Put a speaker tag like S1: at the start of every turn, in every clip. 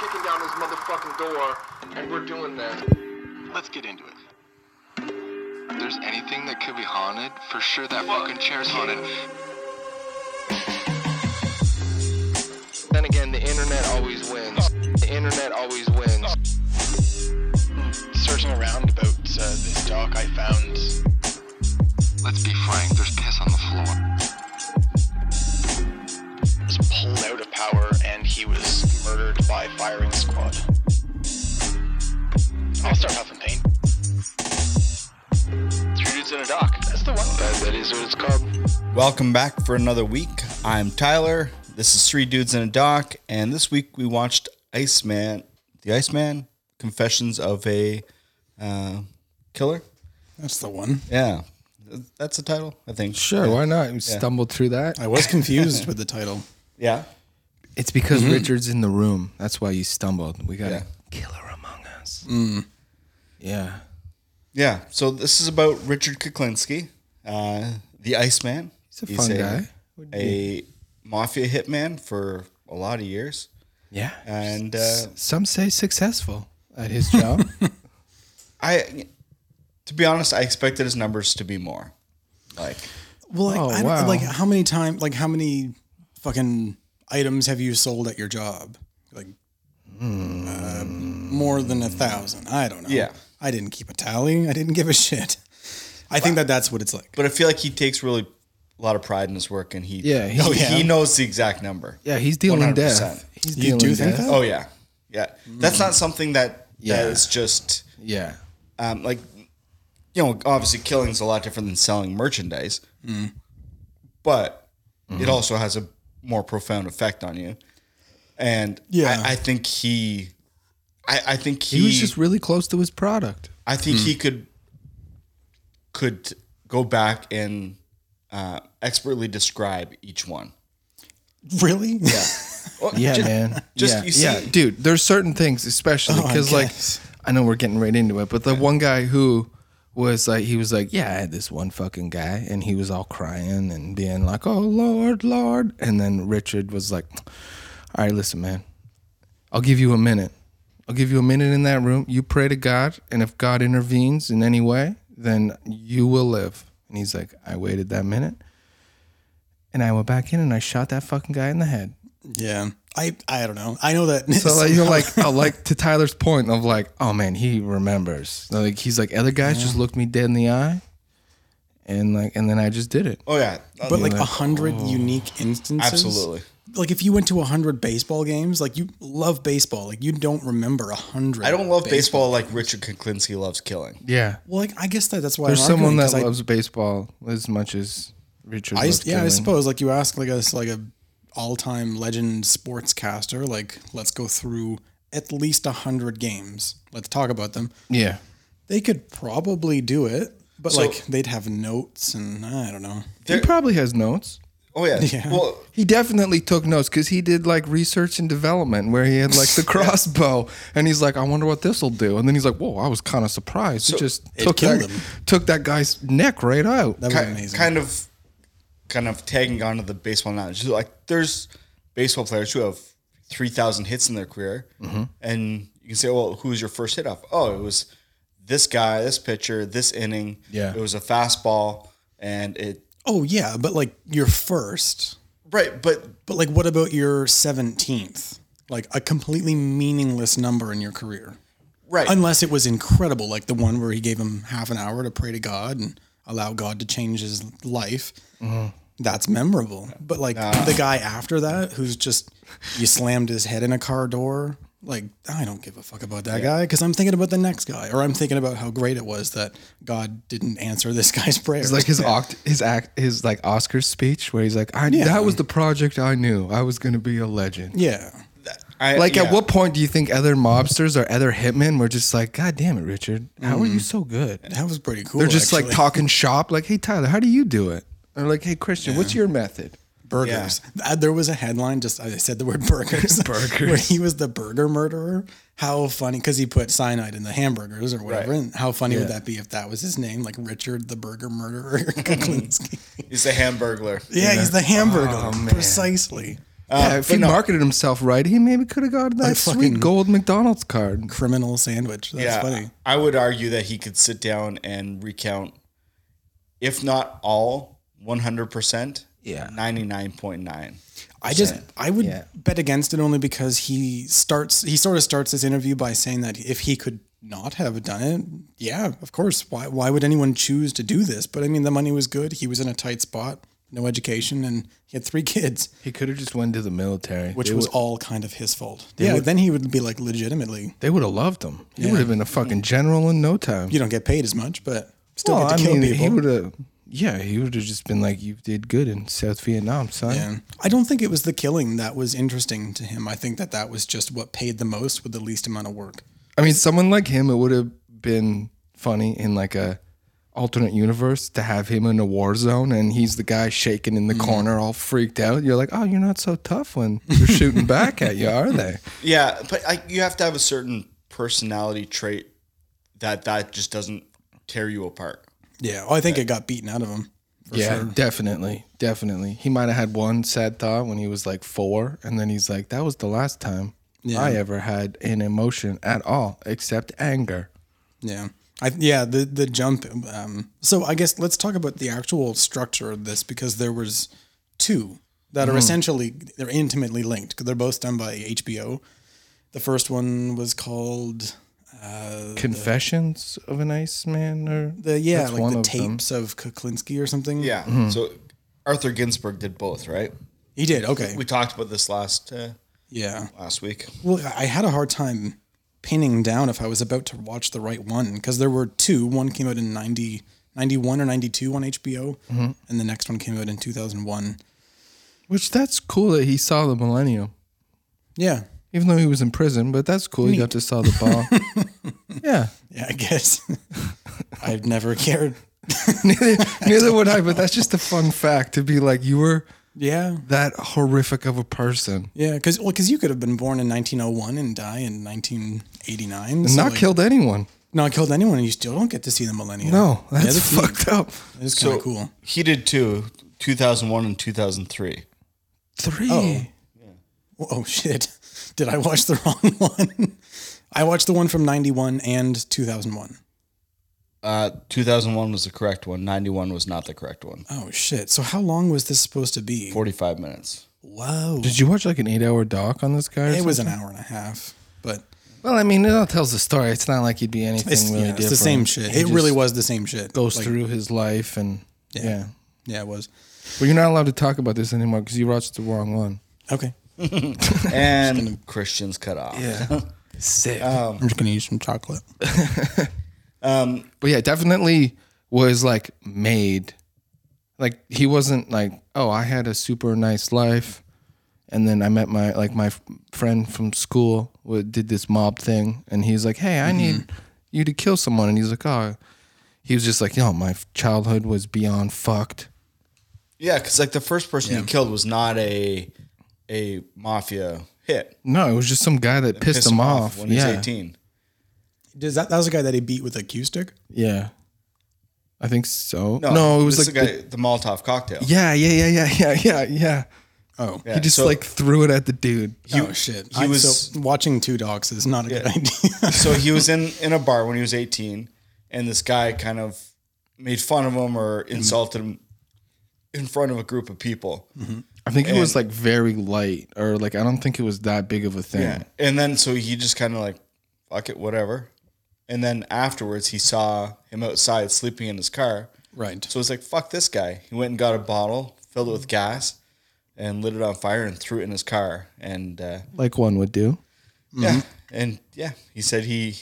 S1: kicking down this motherfucking door, and we're doing that. Let's get into it. If there's anything that could be haunted, for sure that fucking chair's haunted. Then again, the internet always wins. The internet always wins.
S2: Searching around about uh, this dock, I found
S1: Let's be frank, there's piss on the floor.
S2: was pulled out of power, and he was murdered by firing squad. I'll start huffing paint. Three dudes in a dock. That's the one.
S1: That, that is what it's called.
S3: Welcome back for another week. I'm Tyler. This is Three Dudes in a Dock, and this week we watched Iceman, The Iceman, Confessions of a uh, Killer.
S4: That's the one.
S3: Yeah, that's the title, I think.
S5: Sure, why not? We stumbled through that.
S4: I was confused with the title.
S3: Yeah.
S5: It's because Richard's in the room. That's why you stumbled. We got
S3: Yeah.
S5: a killer among us. Mm. Yeah.
S3: Yeah. So this is about Richard Kuklinski, uh, The Iceman.
S5: He's a fun guy.
S3: A mafia hitman for a lot of years.
S5: Yeah.
S3: And uh,
S5: S- Some say successful at his job.
S3: I, to be honest, I expected his numbers to be more. Like,
S4: Well, like,
S5: Oh,
S4: I don't-
S5: wow.
S4: like how many times, like how many fucking items have you sold at your job? Like uh, more than a thousand. I don't know.
S3: Yeah.
S4: I didn't keep a tally. I didn't give a shit. I think that that's what it's like.
S3: but I feel like he takes really a lot of pride in his work, and he
S5: Yeah,
S3: he,
S5: he- Oh,
S4: yeah.
S3: he knows the exact number.
S5: yeah, he's dealing
S3: 100%.
S5: death. He's
S4: You do think that?
S3: Oh yeah, yeah. That's not something that
S5: Mm. Yeah.
S3: that is just
S5: Yeah.
S3: um, like you know obviously killing's a lot different than selling merchandise,
S5: Mm.
S3: but
S5: Mm-hmm.
S3: it also has a more profound effect on you. And
S4: Yeah.
S3: I, I think he, I, I think he,
S5: He, was just Hmm. really close to his product.
S3: I think he could could go back and uh, expertly describe each one.
S4: Oh, Really? Yeah.
S5: Yeah, man.
S3: just-
S5: yeah.
S3: you see- Oh,
S5: yeah, dude. There's certain things, especially
S4: I
S5: because, like,
S4: guess.
S5: I know we're getting right into it, but the one guy who was like, he was like, yeah, I had this one fucking guy, and he was all crying and being like, oh Lord, Lord, and then Richard was like, all right, listen, man, I'll give you a minute. I'll give you a minute in that room. You pray to God, and if God intervenes in any way, then you will live. And he's like, I waited that minute, and I went back in and I shot that fucking guy in the head.
S4: I I don't know. I know that.
S5: So like, you're like, oh, like to Tyler's point of like, oh man, he remembers. Like he's like, other guys just looked me dead in the eye, and like, and then I just did it.
S3: Oh yeah,
S4: but like a hundred unique instances.
S3: oh. absolutely.
S4: Like if you went to a hundred baseball games, like you love baseball, like you don't remember a hundred.
S3: I don't love baseball, like Richard Kuklinski loves killing.
S5: Yeah,
S4: Well, like I guess that that's why
S5: there's
S4: I'm arguing,
S5: someone that
S4: 'cause I-
S5: loves baseball as much as Richard.
S4: I,
S5: loves
S4: yeah, I
S5: killing.
S4: suppose like you ask like a like a all time legend sportscaster, like let's go through at least a hundred games. Let's talk about them.
S5: Yeah,
S4: They could probably do it, but like they'd have notes and I don't know.
S5: he probably has notes.
S3: Oh yeah.
S4: Yeah.
S3: Well,
S5: He definitely took notes because he did like research and development where he had like the crossbow and he's like, I wonder what this will do. And then he's like, Whoa, I was kind of surprised. it just took
S4: killed
S5: that,
S4: him.
S5: took that guy's neck right out.
S4: That was
S3: ki-
S4: amazing.
S3: Kind of, kind of tagging onto the baseball knowledge. So, Like there's baseball players who have three thousand hits in their career,
S5: Mm-hmm.
S3: and you can say, well, who was your first hit off? Oh, it was this guy, this pitcher, this inning.
S5: Yeah.
S3: it was a fastball, and it.
S4: oh yeah, but like your first.
S3: Right, but
S4: But like what about your seventeenth? Like a completely meaningless number in your career.
S3: right,
S4: Unless it was incredible, like the one where he gave him half an hour to pray to God and allow God to change his life.
S5: Mm-hmm.
S4: That's memorable. But like the guy after that, who's just, you slammed his head in a car door. Like, I don't give a fuck about that guy because I'm thinking about the next guy or I'm thinking about how great it was that God didn't answer this guy's prayers.
S5: It's like his oct- his act his like Oscar speech where he's like, I that was the project I knew. I was gonna be a legend.
S4: yeah.
S3: I-
S5: Like
S3: yeah.
S5: at what point do you think other mobsters or other hitmen were just like, God damn it, Richard, how are you so good?
S4: That was pretty cool.
S5: Mm. They're just like
S4: actually.
S5: talking shop, like, hey Tyler, how do you do it? Or like, hey Christian, what's your method?
S4: burgers. Uh, There was a headline just I said the word burgers. burgers. Where he was the burger murderer. How funny because he put cyanide in the hamburgers or whatever.
S3: Right.
S4: And how funny would that be if that was his name, like Richard the Burger Murderer Kuklinski?
S3: he's a hamburglar.
S4: yeah, he's the hamburger precisely.
S3: Uh,
S5: yeah, if he marketed himself right, he maybe could have got that sweet
S4: fucking-
S5: gold McDonald's card.
S4: criminal sandwich. That's
S3: yeah,
S4: funny.
S3: I would argue that he could sit down and recount, if not all, one hundred percent.
S5: Yeah.
S3: ninety nine point nine.
S4: I just I would
S5: Yeah.
S4: bet against it only because he starts he sort of starts this interview by saying that if he could not have done it, yeah, of course. Why why would anyone choose to do this? But I mean the money was good. He was in a tight spot, no education, and he had three kids,
S5: He could have just went to the military,
S4: which
S5: They
S4: was
S5: would-
S4: all kind of his fault. Yeah, then he would be like legitimately
S5: they would have loved him. He would have been a fucking general in no time.
S4: you don't get paid as much, but still
S5: Well,
S4: get to kill people.
S5: he would have. Yeah, he would have just been like, "You did good in South Vietnam, son."
S4: Yeah. I don't think it was the killing that was interesting to him. I think that that was just what paid the most with the least amount of work.
S5: I mean, someone like him, it would have been funny in like a alternate universe to have him in a war zone and he's the guy shaking in the
S4: Mm-hmm.
S5: corner, all freaked out. You're like, "Oh, you're not so tough when they're shooting back at you, are they?"
S3: Yeah, but I, you have to have a certain personality trait that that just doesn't tear you apart.
S4: Yeah. Oh, I think it got beaten out of him. For
S5: yeah, definitely, definitely. He might have had one sad thought when he was like four, and then he's like, "That was the last time
S4: Yeah.
S5: I ever had an emotion at all, except anger."
S4: Yeah. I, yeah, the the jump. Um, so I guess let's talk about the actual structure of this because there was two that
S5: Mm-hmm.
S4: are essentially they're intimately linked 'cause they're both done by HBO. The first one was called
S5: Confessions of an Iceman, or
S4: the yeah
S5: That's
S4: like
S5: one
S4: the
S5: of them.
S4: tapes of Kuklinski or something.
S3: Yeah. So Arthur Ginsburg did both, right?
S4: he did. Okay,
S3: We talked about this last uh,
S4: yeah.
S3: last week.
S4: Well, I had a hard time pinning down if I was about to watch the right one because there were two. One came out in 90, 91 or 92 on HBO,
S5: Mm-hmm.
S4: and the next one came out in 2001.
S5: which that's cool that he saw the Millennium.
S4: Yeah.
S5: even though he was in prison. But that's cool. He got to saw the ball. yeah,
S4: Yeah, I guess. I've never cared.
S5: neither, neither would I. But that's just a fun fact to be like you were
S4: Yeah.
S5: that horrific of a person,
S4: Yeah. Because, well, because you could have been born in 1901 and die in 1989.
S5: and
S4: so,
S5: not
S4: like,
S5: killed anyone.
S4: Not killed anyone, and you still don't get to see the millennium.
S5: No,
S4: Yeah,
S5: that's fucked up.
S4: That's kind
S3: So
S4: of cool.
S3: He did two, 2001 and 2003.
S5: Three.
S4: Oh shit! Did I watch the wrong one? I watched the one from 91 and 2001.
S3: Uh, 2001 was the correct one. 91 was not the correct one.
S4: Oh shit! So how long was this supposed to be?
S3: 45 minutes.
S4: Whoa!
S5: Did you watch like an eight-hour doc on this guy? Or
S4: It was an
S5: something?
S4: hour and a half, but
S5: Well, I mean, it all tells the story. It's not like he'd be anything
S4: it's,
S5: really
S4: yeah,
S5: different.
S4: it's the same shit.
S5: He
S4: it really
S5: just
S4: was the same shit.
S5: goes
S4: Like,
S5: through his life and yeah.
S4: Yeah, it was.
S5: Well, you're not allowed to talk about this anymore because you watched the wrong one.
S4: Okay.
S3: And Christians cut off.
S5: Yeah. Sick.
S4: I'm just gonna eat some chocolate.
S5: But yeah, definitely was like made. Like he wasn't like, oh, I had a super nice life, and then I met my like my f- friend from school wa- did this mob thing, and he's like, hey, I need you to kill someone, and he's like, oh, he was just like, yo, my f- childhood was beyond fucked.
S3: Yeah, because like the first person he killed was not a a mafia hit.
S5: No, it was just some guy that pissed,
S3: Pissed
S5: him off.
S3: when
S5: yeah,
S3: he was 18.
S4: Does that that was the guy that he beat with a cue stick?
S5: yeah, I think so. No,
S3: No,
S5: it was
S3: this
S5: like
S3: is
S5: the-
S3: the, guy, the Molotov cocktail.
S5: yeah, yeah, yeah, yeah, yeah, yeah, yeah.
S4: Oh,
S5: He just
S3: so-
S5: like threw it at the dude.
S4: oh shit!
S3: he
S4: I-
S3: was-
S4: so watching two dogs is not a good idea.
S3: so he was in in a bar when he was 18 and this guy kind of made fun of him or
S5: Mm-hmm.
S3: insulted him in front of a group of people
S5: I think it was like very light, or like I don't think it was that big of a thing.
S3: and then so he just kind of like fuck it whatever and then afterwards he saw him outside sleeping in his car
S4: right.
S3: so he's like fuck this guy he went and got a bottle filled it with gas and lit it on fire and threw it in his car and uh,
S5: Like one would do.
S4: Mm-hmm.
S3: yeah and yeah he said he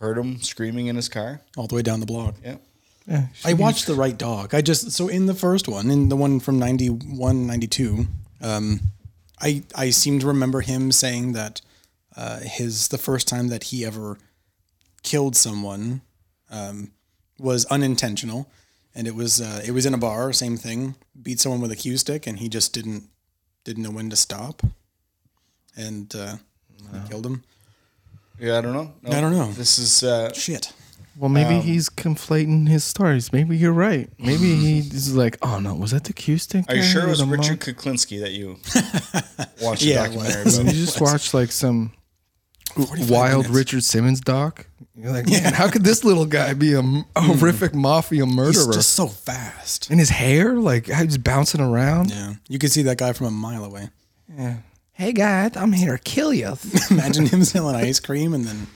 S3: heard him screaming in his car
S4: All the way down the block.
S3: yeah
S5: Yeah,
S4: I watched the right dog. I just so in the first one, in the one from 91, 92, um, I I seem to remember him saying that uh, his the first time that he ever killed someone um, was unintentional, and it was uh, it was in a bar, same thing. Beat someone with a cue stick, and he just didn't didn't know when to stop, and uh, he killed him.
S3: yeah i don't know No,
S4: I don't know.
S3: this is uh,
S4: Shit.
S5: Well, maybe he's conflating his stories. Maybe you're right. Maybe he's like, oh no, was that the Q stick?
S3: Are you
S5: guy
S3: sure
S5: or
S3: it was
S5: the
S3: Richard
S5: monk?
S3: Kuklinski that you watched the
S4: Yeah, it
S3: documentary
S4: was.
S5: You
S3: about?
S5: just watched like some wild
S4: minutes.
S5: Richard Simmons doc. You're like, man, how could this little guy be a m- horrific mafia
S4: Hmm. He's
S5: murderer?
S4: just so fast.
S5: and his hair, like, how he's bouncing around.
S4: Yeah, you could see that guy from a mile away.
S5: Hey, guy, I'm here to kill you.
S4: Imagine him selling ice cream and then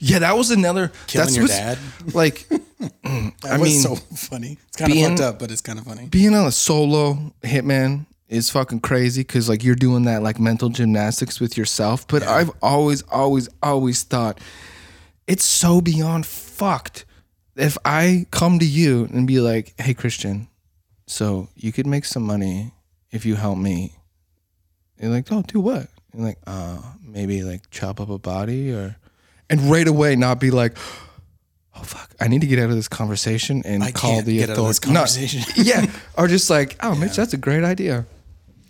S5: yeah, that was another.
S4: Killing
S5: that's
S4: your
S5: what's-
S4: dad?
S5: Like,
S4: that
S5: I
S4: was
S5: mean,
S4: so funny. It's kind
S5: being-
S4: of fucked up, but it's kind of funny.
S5: being on a solo hitman is fucking crazy because like you're doing that like mental gymnastics with yourself but i've always always always thought it's so beyond fucked if i come to you and be like hey christian so you could make some money if you help me you're like oh do what and like uh maybe like chop up a body or and right away not be like oh fuck i need to get out of this conversation and
S4: I
S5: call
S4: can't
S5: the
S4: get out of this
S5: authorities No,
S4: conversation.
S5: yeah. Or just like, oh, Mitch, that's a great idea.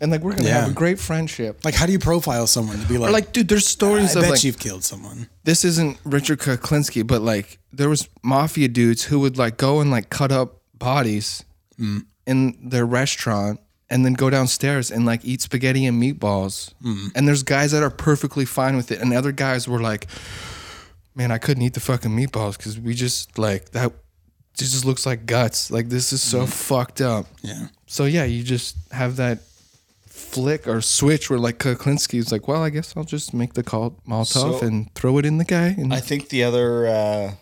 S5: And like, we're going to
S4: Yeah.
S5: have a great friendship.
S4: Like, how do you profile someone to be like?
S5: Or like, dude, there's
S4: I
S5: stories
S4: bet
S5: of like,
S4: you've killed someone.
S5: this isn't Richard Kuklinski, but like, there was mafia dudes who would like go and like cut up bodies
S4: Mm.
S5: in their restaurant and then go downstairs and like eat spaghetti and meatballs.
S4: Mm.
S5: And there's guys that are perfectly fine with it. And other guys were like, man, I couldn't eat the fucking meatballs because we just like that. This just looks like guts. Like, this is
S4: Mm.
S5: so fucked up.
S4: Yeah,
S5: So yeah, you just have that flick or switch where like Kuklinski is like, well, I guess I'll just make the call Molotov
S3: So-
S5: and throw it in the guy. And
S3: I think the other uh,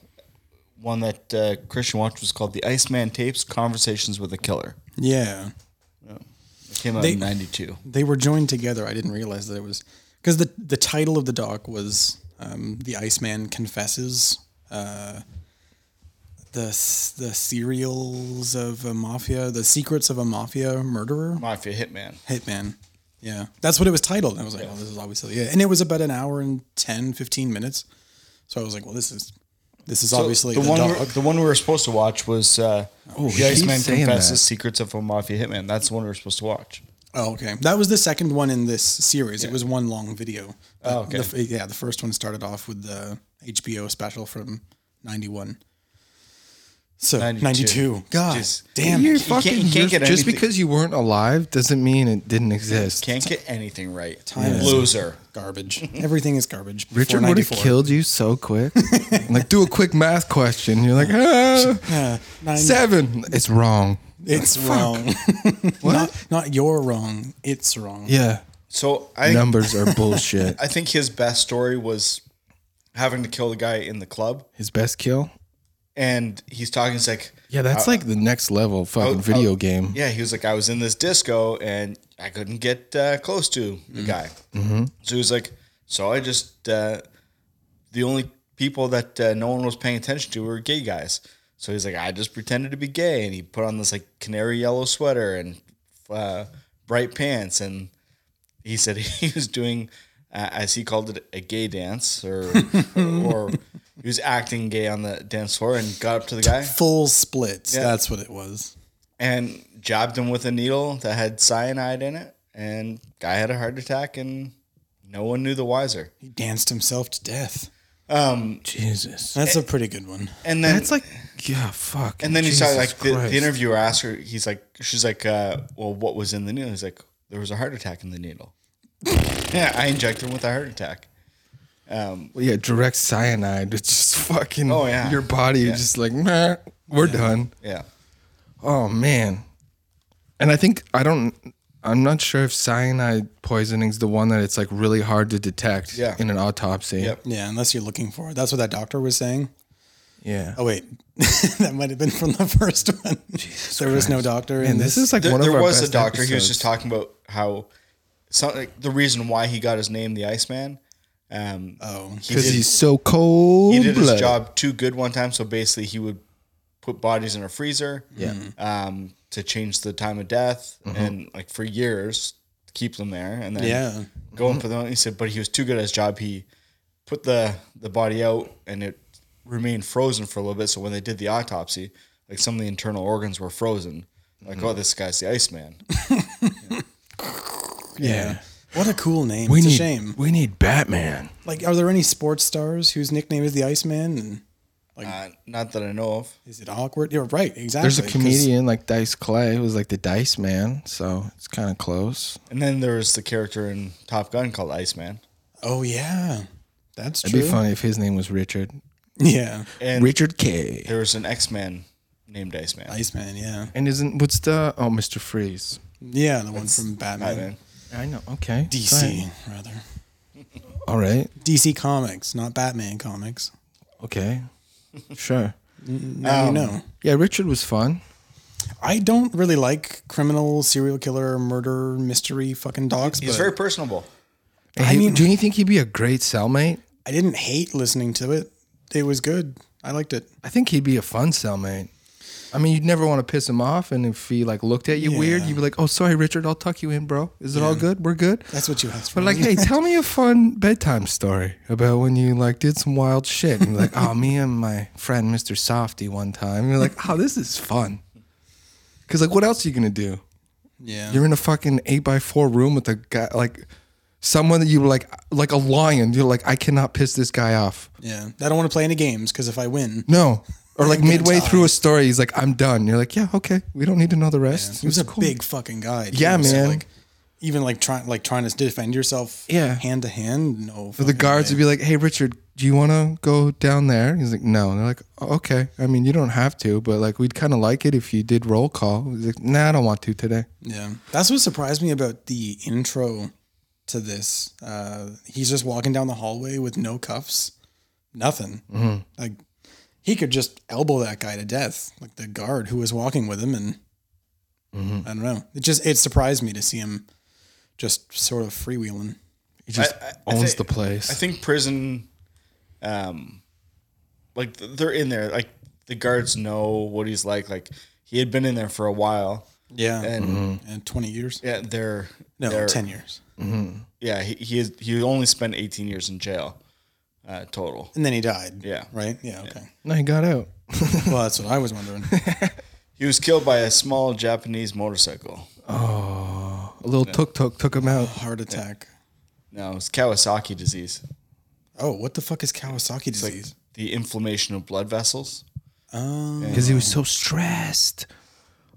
S3: one that uh, Christian watched was called The Iceman Tapes Conversations with a Killer.
S4: yeah.
S3: It came out
S4: They-
S3: in 92.
S4: They were joined together. I didn't realize that it was because the the title of the doc was um, "The Iceman Confesses." Uh, the s- the serials of a mafia, the secrets of a mafia murderer,
S3: Mafia Hitman.
S4: hitman. Yeah, that's what it was titled. And I was like, oh, this is obviously yeah. And it was about an hour and 10, 15 minutes. So I was like, well, this is this is obviously
S3: the,
S4: the,
S3: one
S4: doc.
S3: we the one we were supposed to watch was uh,
S4: Oh,
S3: The
S5: keep
S3: Iceman
S5: saying
S3: Confesses
S5: that.
S3: Secrets of a Mafia Hitman. That's the one we were supposed to watch.
S4: Oh, okay. That was the second one in this series. It was one long video.
S3: Oh,
S4: Uh,
S3: okay.
S4: the f- yeah, the first one started off with the HBO special from '91. So
S3: 92.
S4: '92. God,
S3: Jeez.
S4: damn.
S5: You're
S4: It.
S5: fucking
S3: you can't
S5: you're-
S3: get
S5: just
S3: anything.
S5: because you weren't alive doesn't mean it didn't exist.
S3: Can't get anything right.
S4: Time is-
S3: Loser.
S4: Garbage. Everything is garbage. before
S5: Richard would have
S4: 94.
S5: killed you so quick. like, do a quick math question. You're like, ah,
S4: Uh, nine-
S5: seven. It's wrong.
S4: It's wrong. not not you're wrong. It's wrong.
S5: Yeah.
S3: So I think
S5: Numbers are bullshit.
S3: I think his best story was having to kill the guy in the club,
S5: His best kill?
S3: and he's talking. He's like,
S5: Yeah, that's like the next level fucking
S3: Uh, oh,
S5: video game.
S3: yeah, he was like, I was in this disco and I couldn't get uh, close to the guy. So he was like, so I just uh, the only people that uh, no one was paying attention to were gay guys. So he's like, I just pretended to be gay, and he put on this like canary yellow sweater and uh, bright pants, and he said he was doing, uh, as he called it, a gay dance, or or he was acting gay on the dance floor, and got up to the guy
S4: Full splits.
S3: Yeah.
S4: That's what it was.
S3: and jabbed him with a needle that had cyanide in it and guy had a heart attack and no one knew the wiser
S4: He danced himself to death. Eh.
S5: Jesus.
S4: Um, That's a pretty good one.
S3: and then
S5: That's like, yeah, fuck.
S3: and then he started like the, the interviewer asked her he's like she's like uh, well what was in the needle he's like there was a heart attack in the needle yeah i injected him with a heart attack
S5: Well, yeah, direct cyanide. It's just fucking.
S3: Oh, yeah.
S5: Your body is just like, meh, we're done.
S3: yeah
S5: Oh man. And I think I don't. I'm not sure if cyanide poisoning's the one that it's like really hard to detect
S3: Yeah.
S5: in an autopsy.
S3: Yep.
S4: Yeah, unless you're looking for it. That's what that doctor was saying.
S5: Yeah.
S4: Oh wait, that might have been from the first one. there was no doctor in
S5: and
S4: this.
S5: this is like
S3: there,
S5: one of
S3: there
S5: our
S3: was a
S5: best
S3: doctor he was
S5: episodes.
S3: just talking about how some, like, the reason why he got his name the iceman um,
S4: Oh,
S3: he
S5: because
S3: did-
S5: he's so cold.
S3: he did his
S5: blooded.
S3: job too good one time. So basically, he would put bodies in a freezer,
S5: Yeah.
S3: um, to change the time of death, and like for years keep them there, and then
S4: Yeah.
S3: go in for them. He said, but he was too good at his job. He put the the body out, and it remained frozen for a little bit. So when they did the autopsy, like some of the internal organs were frozen. Like, oh, this guy's the Iceman.
S4: yeah. What a cool name.
S5: We
S4: it's
S5: need.
S4: a shame.
S5: We need Batman.
S4: Like, are there any sports stars whose nickname is the Iceman? And
S3: Uh, not that I know of.
S4: Is it awkward? You're right. Exactly.
S5: There's a
S4: 'cause
S5: comedian like Dice Clay who's like the Dice Man, so it's kind of close.
S3: And then there was the character in Top Gun called Iceman.
S4: Oh yeah, that's
S5: It'd
S4: true.
S5: be funny if his name was Richard.
S4: Yeah,
S3: And
S5: Richard K.
S3: there was an X Man named Iceman.
S4: Iceman. Yeah,
S5: And isn't what's the oh Mr. Freeze?
S4: yeah, the one from Batman.
S3: Batman.
S5: I know. Okay.
S4: DC
S5: Fine.
S4: rather.
S5: All right.
S4: DC Comics, not Batman Comics.
S5: Okay. Sure.
S4: Now you know.
S5: Yeah, Richard was fun.
S4: I don't really like criminal, serial killer, murder, mystery fucking docs,
S3: He's
S4: but
S3: very personable.
S5: I
S4: mean-
S5: do you think he'd be a great cellmate?
S4: I didn't hate listening to it. It was good. I liked it.
S5: I think he'd be a fun cellmate. I mean, you'd never want to piss him off, and if he like looked at you weird,
S4: Yeah.
S5: you'd be like, "Oh, sorry, Richard, I'll tuck you in, bro. Is it all good? We're good."
S4: That's what you asked for.
S5: But like, hey, tell me a fun bedtime story about when you like did some wild shit. And you're like, oh, me and my friend Mr. Softy one time. And you're like, oh, this is fun. Cause like, what else are you gonna do?
S4: yeah.
S5: You're in a fucking eight by four room with a guy like someone that you were like like a lion. You're like, I cannot piss this guy off.
S4: yeah. I don't want to play any games because if I win,
S5: No. Or like
S4: gonna
S5: midway
S4: die.
S5: through a story, he's like, I'm done. You're like, yeah, okay. We don't need to know the rest.
S4: he was a big fucking guy. too,
S5: Yeah,
S4: so,
S5: man.
S4: Like, even like trying, like trying to defend yourself,
S5: Yeah.
S4: hand to hand. No,
S5: But the guards would be like, "Hey, Richard, do you want to go down there?" He's like, "No." And they're like, "Oh, "Okay. I mean, you don't have to, but like, we'd kind of like it if you did roll call." He's like, "Nah, I don't want to today."
S4: Yeah. That's what surprised me about the intro to this. Uh, he's just walking down the hallway with no cuffs, nothing.
S3: Mm-hmm.
S4: Like, he could just elbow that guy to death, like the guard who was walking with him. And
S3: Mm-hmm.
S4: I don't know. It just, it surprised me to see him just sort of freewheeling.
S5: He just
S3: I- I- I
S5: owns
S3: thi-
S5: the place.
S3: I think prison, um, like th- they're in there. Like the guards know what he's like. Like he had been in there for a while,
S4: Yeah.
S3: and
S4: And, 20 years?
S3: yeah, they're
S4: No,
S3: they're-
S4: 10 years.
S3: Yeah, he he, is, he only spent eighteen years in jail, uh, total.
S4: And then he died.
S3: Yeah.
S4: Right? Yeah. Okay.
S5: no, he got out.
S4: well, that's what I was wondering.
S3: He was killed by a small Japanese motorcycle.
S5: A little tuk tuk took him out.
S4: Heart attack.
S3: No, it's Kawasaki disease.
S4: Oh, what the fuck is Kawasaki disease? Um,
S3: The inflammation of blood vessels.
S5: because he was so stressed.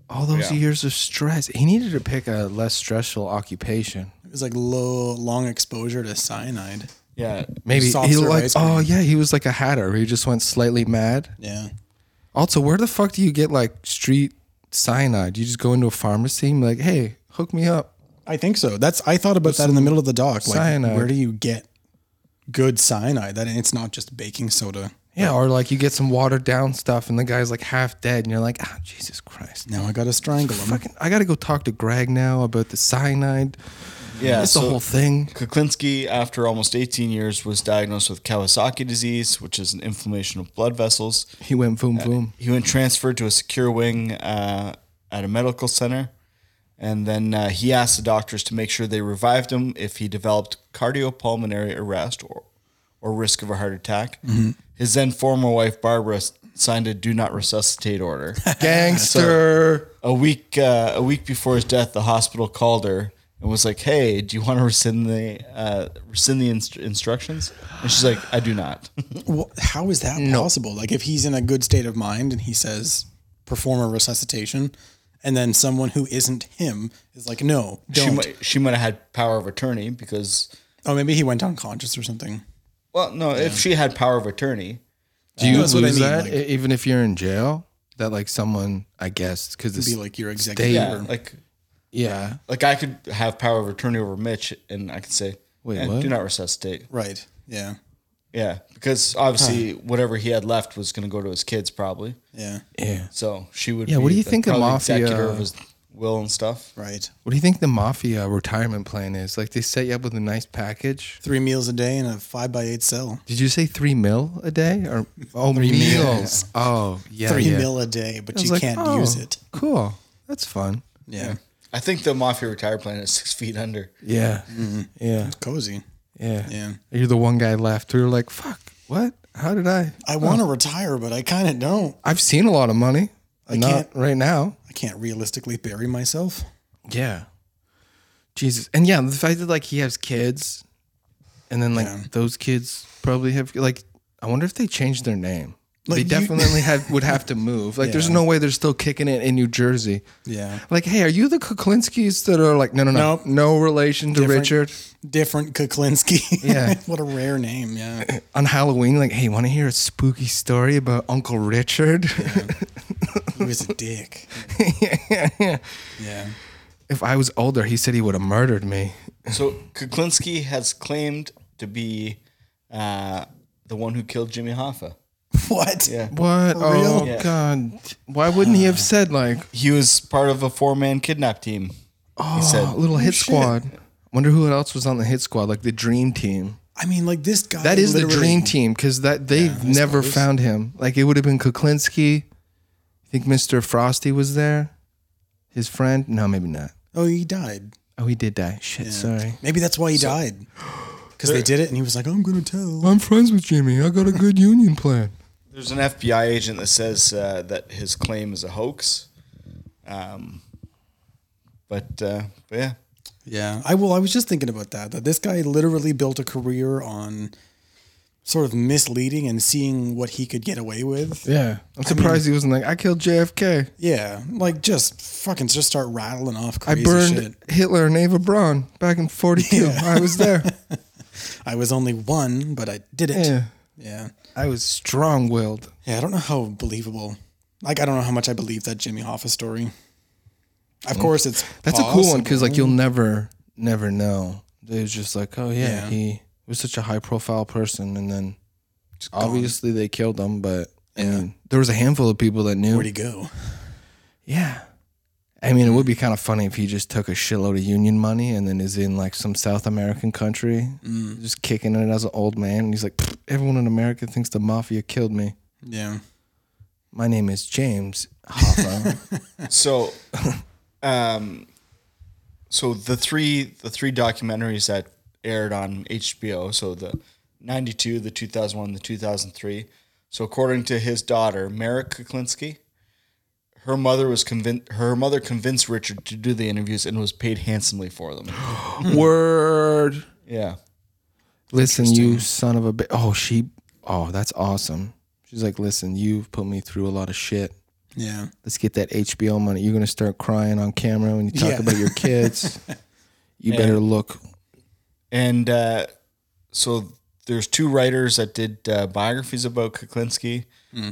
S5: All those
S3: Um, Yeah.
S5: years of stress. He needed to pick a less stressful occupation.
S4: It was like low, long exposure to cyanide.
S3: Yeah,
S5: Maybe
S4: Soft
S5: he
S4: serve
S5: like
S4: ice cream.
S5: oh yeah, he was like a hatter. He just went slightly mad.
S4: Yeah.
S5: Also, where the fuck do you get like street cyanide? You just go into a pharmacy and be like, "Hey, hook me up."
S4: I think so. That's I thought about that in the middle of the dock. Like,
S5: cyanide.
S4: where do you get good cyanide? That and it's not just baking soda.
S5: Yeah, or like you get some watered down stuff and the guy's like half dead and you're like, ah, Jesus Christ.
S4: Now I got to strangle
S3: Mm-hmm.
S4: him.
S5: Fucking, I gotta go talk to Greg now about the cyanide.
S3: yeah.
S5: That's
S3: so
S5: the whole thing.
S3: Kuklinski, after almost 18 years, was diagnosed with Kawasaki disease, which is an inflammation of blood vessels.
S5: He went boom,
S3: Uh,
S5: boom.
S3: He went transferred to a secure wing uh, at a medical center, and then uh, he asked the doctors to make sure they revived him if he developed cardiopulmonary arrest or or risk of a heart attack. His then former wife Barbara s- signed a do not resuscitate order.
S5: Gangster.
S3: a week uh, a week before his death, the hospital called her and was like, "Hey, do you want to rescind the uh, rescind the inst- instructions?" And she's like, "I do not."
S4: Wha- how is that possible? Like if he's in a good state of mind and he says perform a resuscitation, and then someone who isn't him is like, no,
S3: she
S4: don't.
S3: might she might have had power of attorney because
S4: oh, maybe he went unconscious or something.
S3: well, no, if she had power of attorney,
S5: Do you
S4: That's what I
S5: lose
S4: mean,
S5: that
S4: like-
S5: e- even if you're in jail? That like someone, I guess, because it's
S4: Be like your executive.
S5: Yeah.
S3: yeah, like
S5: yeah.
S3: like I could have power of attorney over Mitch, and I could say,
S5: Wait,
S3: "Eh,
S5: what?
S3: Do not resuscitate."
S4: Right. Yeah.
S3: Yeah, because obviously whatever he had left was going to go to his kids probably.
S4: Yeah.
S5: Yeah.
S3: So she would.
S5: Yeah, what
S3: be,
S5: do you think the
S3: probably
S5: mafia-
S3: executor of his will and stuff?
S4: Right.
S5: What do you think the mafia retirement plan is? Like they set you up with a nice package.
S4: Three meals a day in a five by eight cell.
S5: Did you say three mil a day or oh meals? Oh yeah,
S4: three
S5: yeah.
S4: mil a day, but
S5: I was
S4: you
S5: like,
S4: can't
S5: oh,
S4: use it.
S5: Cool, that's fun.
S4: Yeah.
S3: I think the mafia retire plan is six feet under.
S5: Yeah, yeah,
S4: Cozy.
S5: yeah,
S4: Mm-hmm. Yeah.
S5: You're the one guy left. We were like, fuck, what? How did I?
S4: I want to retire, but I kind of don't.
S5: I've seen a lot of money. I Not
S4: can't-
S5: right now.
S4: I can't realistically bury myself.
S5: Yeah. Jesus, and yeah, the fact that like he has kids, and then like
S4: Yeah.
S5: those kids probably have like. I wonder if they changed their name. they
S4: you-
S5: definitely had would have to move. Like, there's no way they're still kicking it in New Jersey.
S4: Yeah.
S5: Like, hey, are you the Kuklinskis that are like, no, no, no,
S4: Nope.
S5: no relation to
S4: Different.
S5: Richard
S4: Different Kuklinski.
S5: Yeah.
S4: what a rare name. Yeah.
S5: on Halloween? Like, hey, want to hear a spooky story about Uncle Richard?
S4: He was a dick. yeah.
S5: if I was older, he said he would have murdered me.
S3: So Kuklinski has claimed to be uh, the one who killed Jimmy Hoffa.
S4: What?
S3: Yeah.
S5: What? Oh
S4: real?
S3: Yeah.
S5: God! Why wouldn't he have said like,
S3: He was part of a four man kidnap team.
S5: oh,
S3: said,
S5: little hit squad? Wonder who else was on the hit squad, like the dream team.
S4: I mean, like this guy.
S5: That is the
S4: literally-
S5: dream team because that they've never found him. Like it would have been Kuklinski. I think Mr. Frosty was there. His friend? No, maybe not.
S4: Oh, he died.
S5: Oh, he did die. Shit, sorry.
S4: Maybe that's why he died. Because they did it, and he was like, "I'm gonna tell."
S5: I'm friends with Jimmy. I got a good union plan.
S3: There's an FBI agent that says uh, that his claim is a hoax. Um, but, uh, but yeah,
S4: Yeah, I will. I was just thinking about that. That this guy literally built a career on sort of misleading and seeing what he could get away with.
S5: Yeah, I'm surprised he wasn't like, I killed JFK.
S4: Yeah, like just fucking just start rattling off
S5: I
S4: crazy
S5: burned
S4: shit.
S5: Hitler and Ava Braun back in '42. I was there.
S4: I was only one, but I did it.
S5: Yeah.
S4: Yeah. yeah,
S5: I was strong-willed.
S4: I don't know how believable. Like I don't know how much I believe that Jimmy Hoffa story. Of course, it's
S5: Mm. That's a cool one
S4: possible.
S5: because like you'll never, never know. It was just like, oh yeah,
S4: Yeah.
S5: he was such a high-profile person, and then obviously they killed him. But and there was a handful of people that knew.
S4: where'd he go?
S5: Yeah. I mean, it would be kind of funny if he just took a shitload of union money and then is in like some South American country,
S4: Mm.
S5: just kicking it as an old man. And he's like, "Pfft, everyone in America thinks the mafia killed me.
S4: Yeah.
S5: My name is James Hoffa.
S3: So, um, so the three the three documentaries that aired on HBO. So the ninety two, the two thousand one, the two thousand three. So according to his daughter, Merrick Kuklinski, her mother was convinced. Her mother convinced Richard to do the interviews and was paid handsomely for them.
S5: Word.
S3: Yeah.
S5: Listen, you son of a bitch. Oh, she. Oh, that's awesome. She's like, listen, you've put me through a lot of shit.
S4: Yeah.
S5: Let's get that HBO money. You're gonna start crying on camera when you talk
S4: Yeah.
S5: about your kids. you better look.
S3: And uh, so there's two writers that did uh, biographies about Kuklinski,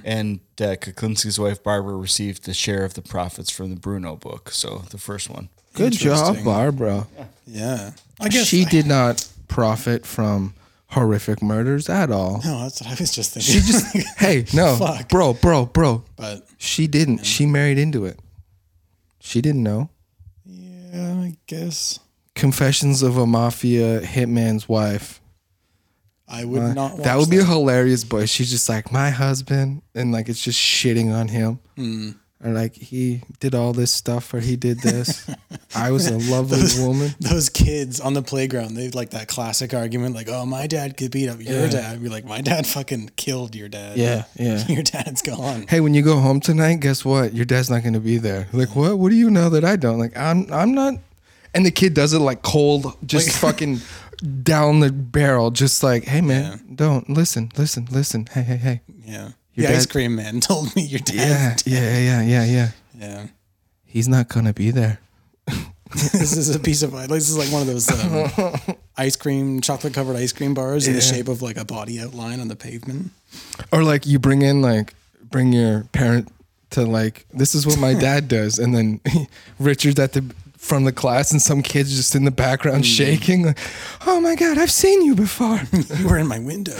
S3: and uh, Kuklinski's wife Barbara received the share of the profits from the Bruno book. So the first one.
S5: Good job,
S4: Interesting.
S5: Barbara.
S4: Yeah. I guess
S5: she did not profit from horrific murders at all.
S4: No, that's what I was just thinking. She
S5: Just hey, no,
S4: Fuck.
S5: bro, bro, bro.
S4: but
S5: She didn't. She married into it. She didn't know.
S4: yeah, I guess
S5: Confessions of a Mafia Hitman's Wife.
S4: I would not. Watch
S5: Uh, That would be a hilarious boy. She's just like my husband, and like it's just shitting on him. Or like he did all this stuff, or he did this. I was a lovely woman.
S4: those kids on the playground. They like that classic argument, like, "Oh, my dad could beat up your dad." Be like, "My dad fucking killed your dad."
S5: Yeah, yeah.
S4: Your dad's gone.
S5: hey, when you go home tonight, guess what? Your dad's not going to be there. Like, what? What do you know that I don't? Like, I'm, I'm not. And the kid does it like cold, just fucking down the barrel, just like, hey man, don't listen, listen, listen. Hey, hey, hey.
S4: Yeah.
S5: Your
S4: the ice
S5: dad-
S4: cream man told me your
S5: Yeah,
S4: dad.
S5: yeah, yeah, yeah, yeah.
S4: Yeah.
S5: He's not gonna be there.
S4: this is a piece of like, this is like one of those um, ice cream, chocolate covered ice cream bars in the shape of like a body outline on the pavement.
S5: Or like, you bring in like, bring your parent to like, this is what my dad does, and then Richard's at the from the class, and some kids just in the background shaking, like, oh my god, I've seen you before.
S4: you were in my window.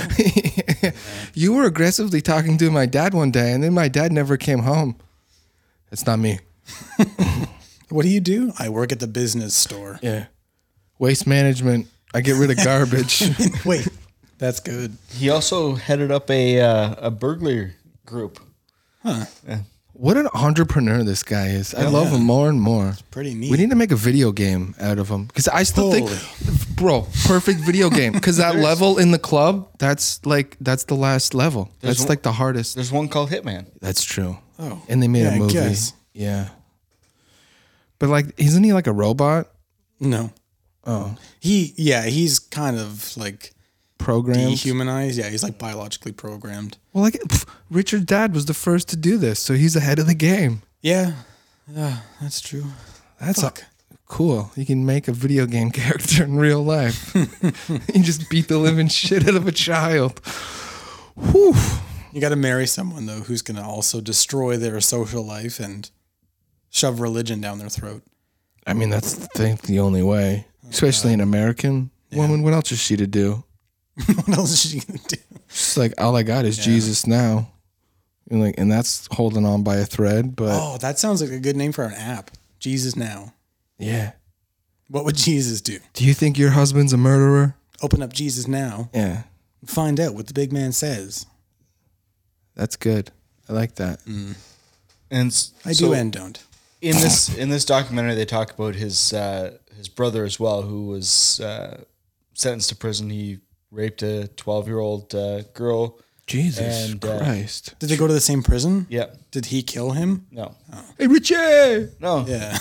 S5: You were aggressively talking to my dad one day, and then my dad never came home. It's not me.
S4: What do you do? I work at the business store.
S5: Yeah. Waste management. I get rid of garbage.
S4: Wait, that's good.
S3: He also headed up a uh, a burglar group.
S5: what an entrepreneur this guy is. I love him more and more.
S4: pretty neat.
S5: We need to make a video game out of him because I still think, bro, perfect video game. Because that level in the club, that's like that's the last level. That's like the hardest.
S3: There's one called Hitman.
S5: That's true.
S4: Oh.
S5: and they made
S4: Yeah,
S5: a
S4: I
S5: movie.
S4: guess.
S5: Yeah. But like, isn't he like a robot?
S4: No. Oh. He yeah, he's kind of like
S5: programmed.
S4: dehumanized. Yeah, he's like biologically programmed.
S5: well, like pff, Richard Dad was the first to do this, so he's ahead of the game.
S4: Yeah, yeah, that's true.
S5: That's a, cool. You can make a video game character in real life. you just beat the living shit out of a child. Whew.
S4: You got to marry someone though who's going to also destroy their social life and shove religion down their throat.
S5: I mean, that's the, thing, the only way, especially an American woman. What else is she to do?
S4: what else is she going to do?
S5: She's like, all I got is Jesus now, and like, and that's holding on by a thread. But
S4: Oh, that sounds like a good name for an app. Jesus now.
S5: yeah,
S4: What would Jesus do?
S5: do you think your husband's a murderer?
S4: Open up Jesus now.
S5: Yeah,
S4: and Find out what the big man says.
S5: that's good. I like that.
S3: And
S4: I do and don't.
S3: in this in this documentary they talk about his uh, his brother as well who was uh, sentenced to prison he raped a 12 year old uh, girl
S5: Jesus
S3: And, uh,
S5: Christ.
S4: Did they go to the same prison?
S3: yeah
S4: Did he kill him?
S3: no
S5: Hey, Richie.
S3: no
S4: Oh, Yeah.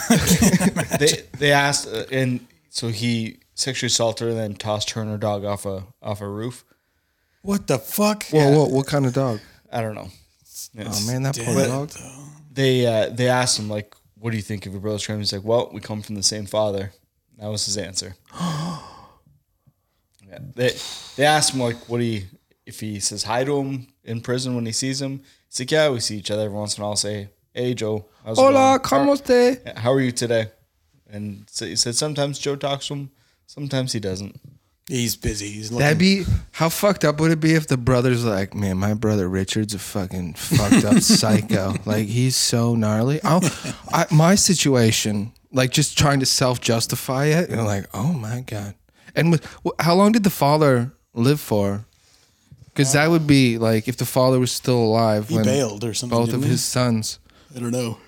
S3: they they asked uh, and so he sexually assaulted her and then tossed her and her dog off a off a roof
S4: what the fuck?
S5: Whoa, whoa, what kind of dog?
S3: I don't know
S5: Oh man, that poor
S4: But-
S5: dog.
S3: they uh, they asked him like what do you think of your brother's crime he's like well we come from the same father that was his answer yeah. they they asked him like what do you if he says hi to him in prison when he sees him he's like yeah we see each other every once in a while I'll say hey Joe how's it going?
S5: Hola, ¿cómo te?
S3: how, how are you today and so he said sometimes Joe talks to him sometimes he doesn't
S4: He's busy. He's looking.
S5: That'd be how fucked up would it be if the brother's like, man, my brother Richard's a fucking fucked up psycho. Like he's so gnarly. I'll, I, my situation, like just trying to self justify it, and like, oh my god. And with, wh- how long did the father live for? Because that would be like if the father was still alive
S4: He
S5: when
S4: bailed or something.
S5: both
S4: didn't
S5: of
S4: he?
S5: his sons
S4: I don't know.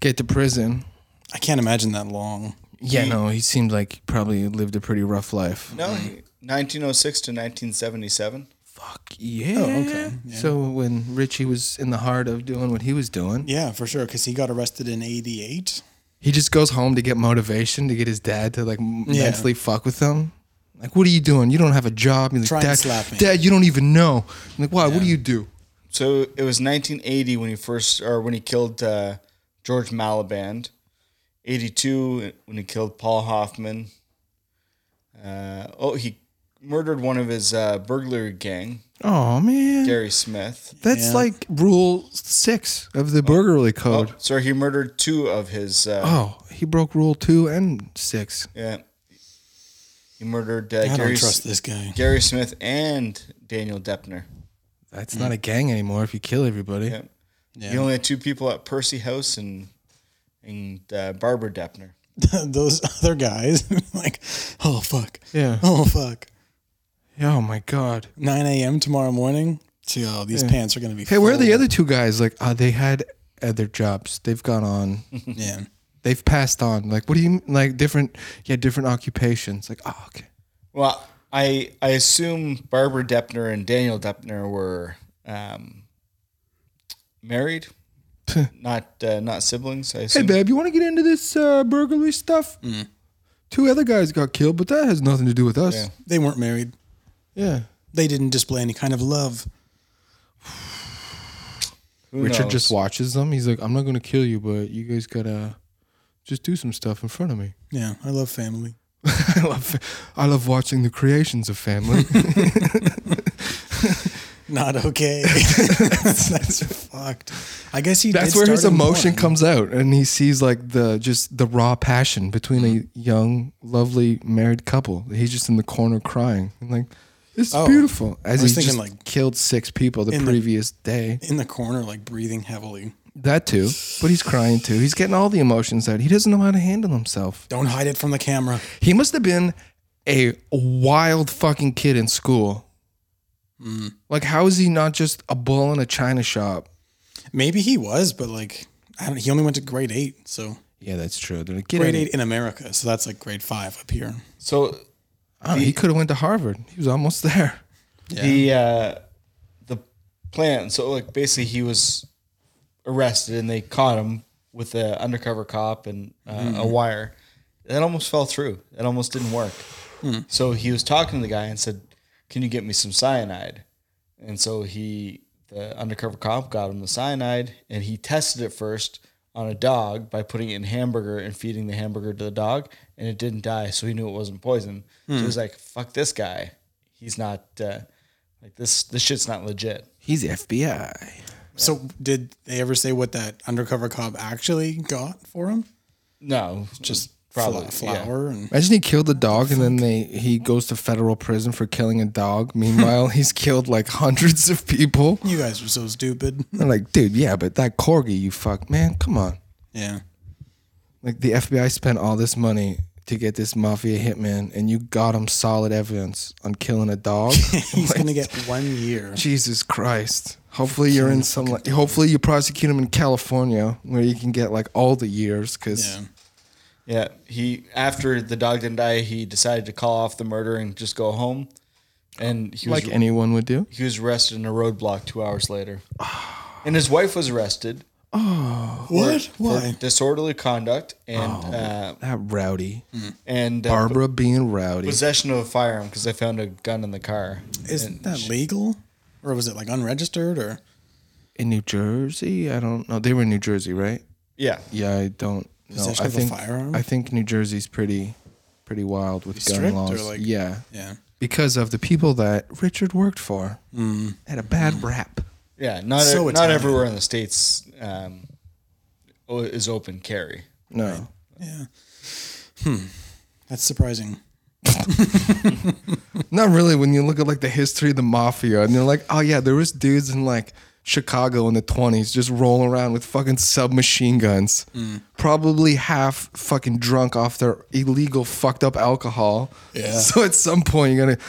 S5: get to prison.
S4: I can't imagine that long.
S5: Yeah, no, he seemed like he probably lived a pretty rough life.
S3: no he- 1906 to 1977
S5: Fuck yeah. okay. So when Richie was in the heart of doing what he was doing,
S4: Yeah, for sure. Because he got arrested in '88.
S5: he just goes home to get motivation to get his dad to like m
S4: Yeah.
S5: mentally fuck with him. Like, what are you doing? You don't have a job. He's like,
S4: Try and
S5: dad,
S4: slap me."
S5: dad, you don't even know. I'm like, why? What do you do?
S3: So it was 1980 when he first, or when he killed uh, George Maliband. 82 when he killed Paul Hoffman. Uh, oh, he murdered one of his uh, burglary gang,
S5: Oh man,
S3: Gary Smith.
S5: that's
S4: Yeah.
S5: like rule six of the burglary
S3: Oh,
S5: code.
S3: sorry, he murdered two of his. Uh,
S5: Oh. he broke rule two and six.
S3: Yeah, he murdered uh,
S4: I
S3: Gary,
S4: don't trust
S3: S-
S4: this guy.
S3: Gary Smith and Daniel Deppner.
S5: That's not a gang anymore if you kill everybody.
S3: Yeah. He only had two people at Percy House and and uh, Barbara Deppner.
S4: Those other guys, like, oh fuck.
S5: Yeah.
S4: Oh fuck.
S5: Oh my god.
S4: 9 a.m. tomorrow morning. Gee, oh, these pants are gonna be.
S5: Hey, where are the
S4: full.
S5: other two guys? Like, uh, they had other jobs. They've gone on.
S4: Yeah.
S5: They've passed on. Like, what do you like? Different, yeah, different occupations. Like, oh, okay.
S3: Well, I I assume Barbara Deppner and Daniel Deppner were um, married, not uh, not siblings. I
S5: Hey,
S3: assume.
S5: babe, you want to get into this uh, burglary stuff? Two other guys got killed, but that has nothing to do with us. Yeah.
S3: Yeah.
S4: They weren't married. They didn't display any kind of love.
S3: Who
S5: Richard
S3: knows?
S5: just watches them. He's like, I'm not going to kill you, but you guys got to just do some stuff in front of me.
S4: Yeah, I love family.
S5: I love, I love watching the creations of family.
S4: Not okay. that's, that's fucked. I guess he.
S5: That's
S4: did
S5: where
S4: start
S5: his
S4: in
S5: emotion
S4: porn.
S5: comes out, and he sees like the just the raw passion between a
S4: Mm-hmm.
S5: young, lovely married couple. He's just in the corner crying, and like it's
S4: Oh.
S5: beautiful. As
S4: I was
S5: he's thinking,
S4: thinking,
S5: like
S4: like,
S5: killed six people the
S4: in the-
S5: previous day.
S4: in the corner, like breathing heavily.
S5: That too, but he's crying too. He's getting all the emotions out. He doesn't know how to handle himself.
S4: Don't hide it from the camera.
S5: He must have been a wild fucking kid in school.
S4: Mm.
S5: Like, how is he not just a bull in a china shop?
S4: Maybe he was, but like I don't. He only went to grade eight, so
S5: Yeah, that's true. They're like, Get
S4: grade
S5: out of-
S4: eight in America. So that's like grade five up here.
S3: so
S5: Oh, he could have went to Harvard. He was almost there.
S3: the uh, the plan. So like basically, he was arrested and they caught him with an undercover cop and uh, a wire. That almost fell through. That almost didn't work. So he was talking to the guy and said, "Can you get me some cyanide?" And so he, the undercover cop, got him the cyanide, and he tested it first on a dog by putting it in hamburger and feeding the hamburger to the dog, and it didn't die, so he knew it wasn't poison. So he was like, "Fuck this guy, he's not uh, like this. This shit's not legit."
S5: He's FBI.
S4: So did they ever say what that undercover cop actually got for him?
S3: No, just
S4: Probably
S3: yeah.
S4: flour and
S5: Imagine he killed a dog and then they he goes to federal prison for killing a dog. Meanwhile, he's killed like hundreds of people.
S4: you guys are so stupid.
S5: They're like, dude, yeah, but that corgi, you fuck, man, come on.
S4: Yeah.
S5: Like the FBI spent all this money to get this mafia hitman, and you got him solid evidence on killing a dog.
S4: He's gonna get one year.
S5: Jesus Christ. Hopefully you're in some. Like, hopefully you prosecute him in California where you can get like all the years because
S4: Yeah.
S3: Yeah, he after the dog didn't die, he decided to call off the murder and just go home. And he was
S5: like anyone would do.
S3: he was arrested in a roadblock two hours later, and his wife was arrested
S4: What? Oh.
S3: for disorderly conduct and uh,
S5: That rowdy
S3: and uh,
S5: Barbara being rowdy.
S3: possession of a firearm because they found a gun in the car.
S4: Isn't that legal? Or was it like unregistered or
S5: in New Jersey. I don't know. They were in New Jersey, right?
S3: Yeah,
S5: Yeah, I don't know.
S4: Possession
S5: I
S4: of a
S5: think
S4: firearm?
S5: I think New Jersey's pretty pretty wild with gun
S4: strict or,
S5: laws.
S4: like-
S5: yeah,
S4: yeah.
S5: because of the people that Richard worked for
S4: Hmm.
S5: had a bad rap.
S3: yeah. Not
S4: So
S3: not
S4: Italian.
S3: everywhere in the states um, o- is open carry.
S5: No,
S4: Yeah. Hmm. That's surprising.
S5: not really. When you look at like the history of the mafia, and they're like, oh yeah, there was dudes in like. Chicago in the 20s, just rolling around with fucking submachine guns.
S4: Mm.
S5: Probably half fucking drunk off their illegal fucked up alcohol.
S4: Yeah.
S5: So at some point, you're going to,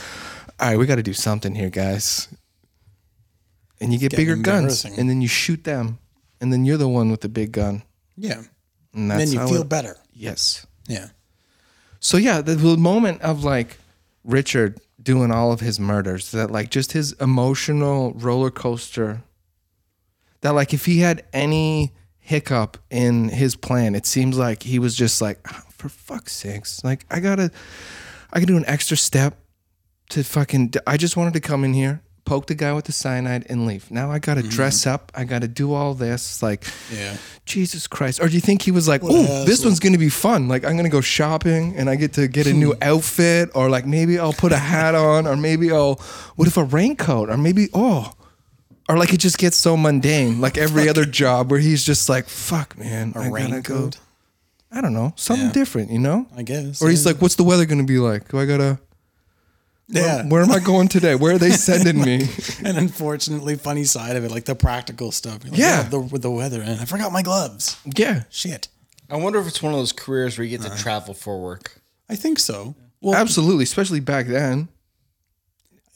S5: all right, we got to do something here, guys. And you get bigger guns,
S4: embarrassing.
S5: and then you shoot them, and then you're the one with the big gun.
S4: Yeah.
S5: And
S4: then
S5: that's
S4: you
S5: how
S4: feel
S5: it-
S4: better.
S5: Yes.
S4: Yeah.
S5: So yeah, the, the moment of like Richard doing all of his murders, that like just his emotional roller coaster. That like if he had any hiccup in his plan, it seems like he was just like, "Ah, for fuck's sakes, like I gotta, I gotta do an extra step to fucking. I just wanted to come in here, poke the guy with the cyanide, and leave. Now I gotta dress up. I gotta do all this. Like,
S4: Yeah.
S5: Jesus Christ. Or do you think he was like, oh, this one's going to be fun. Like, I'm going to go shopping and I get to get a new outfit, or like maybe I'll put a hat on, or maybe I'll, what if a raincoat, or maybe, oh, or like it just gets so mundane, like every other job where he's just like, fuck, man, I gotta go.
S4: raincoat?
S5: I don't know, something
S4: Yeah.
S5: different, you know?
S4: I guess.
S5: Or he's
S4: yeah.
S5: like, what's the weather going to be like? Do I gotta,
S4: Yeah.
S5: where am I going today? Where are they sending me?
S4: An unfortunately funny side of it, like the practical stuff. You're like,
S5: Yeah.
S4: the with the weather and I forgot my gloves.
S5: yeah.
S4: Shit.
S3: I wonder if it's one of those careers where you get to travel for work.
S4: I think so. Well,
S5: Absolutely, especially back then.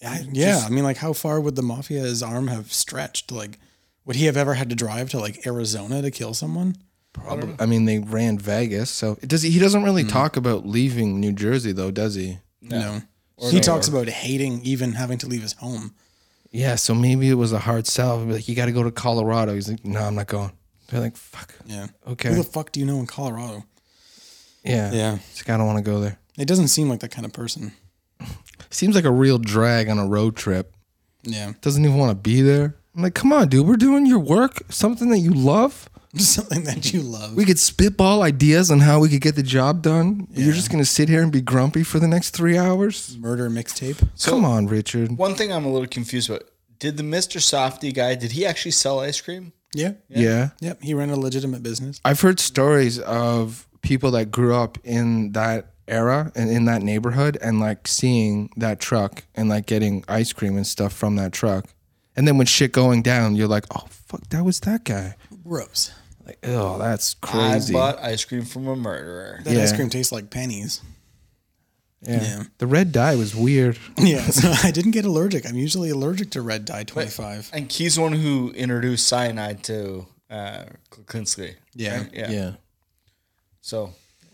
S4: I, yeah, I mean, like, how far would the mafia's arm have stretched? Like, would he have ever had to drive to like Arizona to kill someone?
S5: Probably. I mean, they ran Vegas, so it does. He doesn't really talk about leaving New Jersey, though, does he?
S4: No. he talks about hating even having to leave his home.
S5: Yeah. So maybe it was a hard sell. Be Like, you got to go to Colorado. He's like, no, I'm not going. They're like, fuck.
S4: Yeah.
S5: Okay.
S4: Who the fuck do you know in Colorado?
S5: Yeah.
S4: Yeah.
S5: He's like, I don't want to go there.
S4: It doesn't seem like that kind of person.
S5: Seems like a real drag on a road trip.
S4: Yeah.
S5: Doesn't even want to be there. I'm like, come on, dude. We're doing your work, something that you love.
S4: Something that you love.
S5: We could spitball ideas on how we could get the job done. You're just gonna sit here and be grumpy for the next three hours.
S4: Murder mixtape.
S5: come on, Richard.
S3: One thing I'm a little confused about: Did the Mister Softy guy? Did he actually sell ice cream?
S4: Yeah.
S5: yeah.
S4: Yep. He ran a legitimate business.
S5: I've heard stories of people that grew up in that era and in that neighborhood and like seeing that truck and like getting ice cream and stuff from that truck. And then when shit going down, you're like, oh fuck, that was that guy.
S4: Gross.
S5: Like, oh, that's crazy.
S3: I bought ice cream from a murderer.
S4: That ice
S5: Yeah.
S4: cream tastes like pennies.
S5: yeah.
S4: yeah.
S5: The red dye was weird.
S4: Yeah. So I didn't get allergic. I'm usually allergic to red dye 25.
S3: And he's the one who introduced cyanide to uh, Kuklinski.
S4: Yeah.
S3: Yeah. So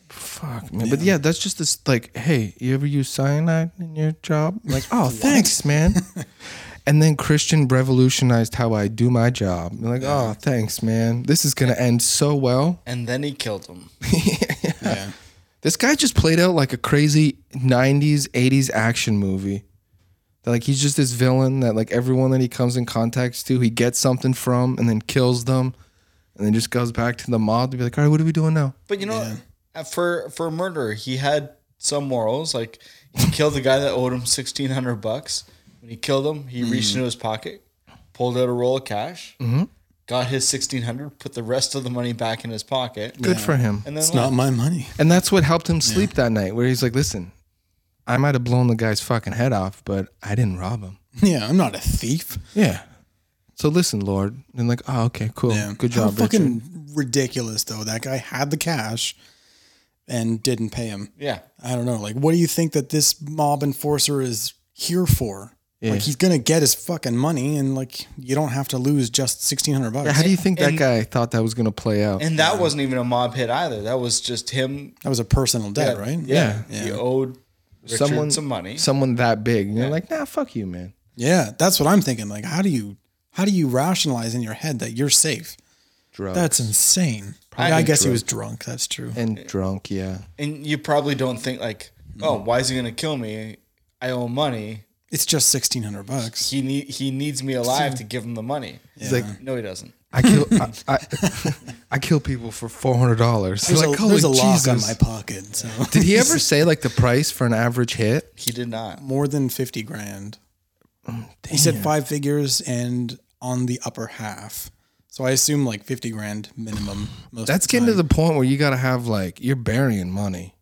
S5: Fuck man. But yeah, that's just this like, hey, you ever use cyanide in your job? Like, oh thanks, man. and then Christian revolutionized how I do my job. You're like, oh thanks, man. This is gonna end so well.
S3: and then he killed him.
S4: Yeah.
S5: This guy just played out like a crazy nineties, eighties action movie. That like he's just this villain that like everyone that he comes in contact to, he gets something from and then kills them, and then just goes back to the mob to be like, all right, what are we doing now?
S3: But you know, uh, for for murder, he had some morals. Like he killed the guy that owed him sixteen hundred bucks. When he killed him,
S5: Hmm.
S3: he reached into his pocket, pulled out a roll of cash,
S5: Mm-hmm.
S3: got his sixteen hundred, put the rest of the money back in his pocket,
S5: Good for him.
S3: and then
S4: It's
S3: left.
S4: not my money.
S5: And that's what helped him sleep that night, where he's like, listen, I might have blown the guy's fucking head off, but I didn't rob him.
S4: Yeah, I'm not a thief.
S5: Yeah. So listen, Lord. And like, oh, okay, cool.
S4: Yeah.
S5: Good
S4: How
S5: job,
S4: fucking
S5: Richard.
S4: ridiculous though. That guy had the cash and didn't pay him.
S3: yeah.
S4: I don't know. Like, what do you think that this mob enforcer is here for?
S5: Yeah.
S4: Like, he's gonna get his fucking money, and like, you don't have to lose just sixteen hundred bucks.
S5: How do you think that
S3: And-
S5: guy thought that was going to play out?
S3: And that wasn't even a mob hit either. That was just him.
S4: that was a personal debt, right?
S5: yeah.
S3: He owed Richard
S5: Someone-
S3: some money.
S5: Someone that big. And you're like, nah, fuck you, man.
S4: yeah. That's what I'm thinking. Like, how do you how do you rationalize in your head that you're safe?
S5: Drunk.
S4: That's insane. yeah, I guess he was drunk. That's true.
S5: and drunk, yeah.
S3: and you probably don't think like,
S5: Hmm.
S3: oh, why is he gonna kill me? I owe him money.
S4: It's just sixteen hundred bucks.
S3: He need he needs me alive to give him the money.
S5: He's like,
S3: No, he doesn't.
S5: I kill, I, I, I kill people for four hundred dollars.
S4: There's,
S5: Like,
S4: a, there's a
S5: holy
S4: lock on
S5: Jesus.
S4: my pocket. So
S5: Did he ever say like the price for an average hit?
S3: He did not.
S4: more than 50 grand. He said five figures and on the upper half. So I assume like 50 grand minimum. Most
S5: That's getting to the point where you got to have like you're burying money.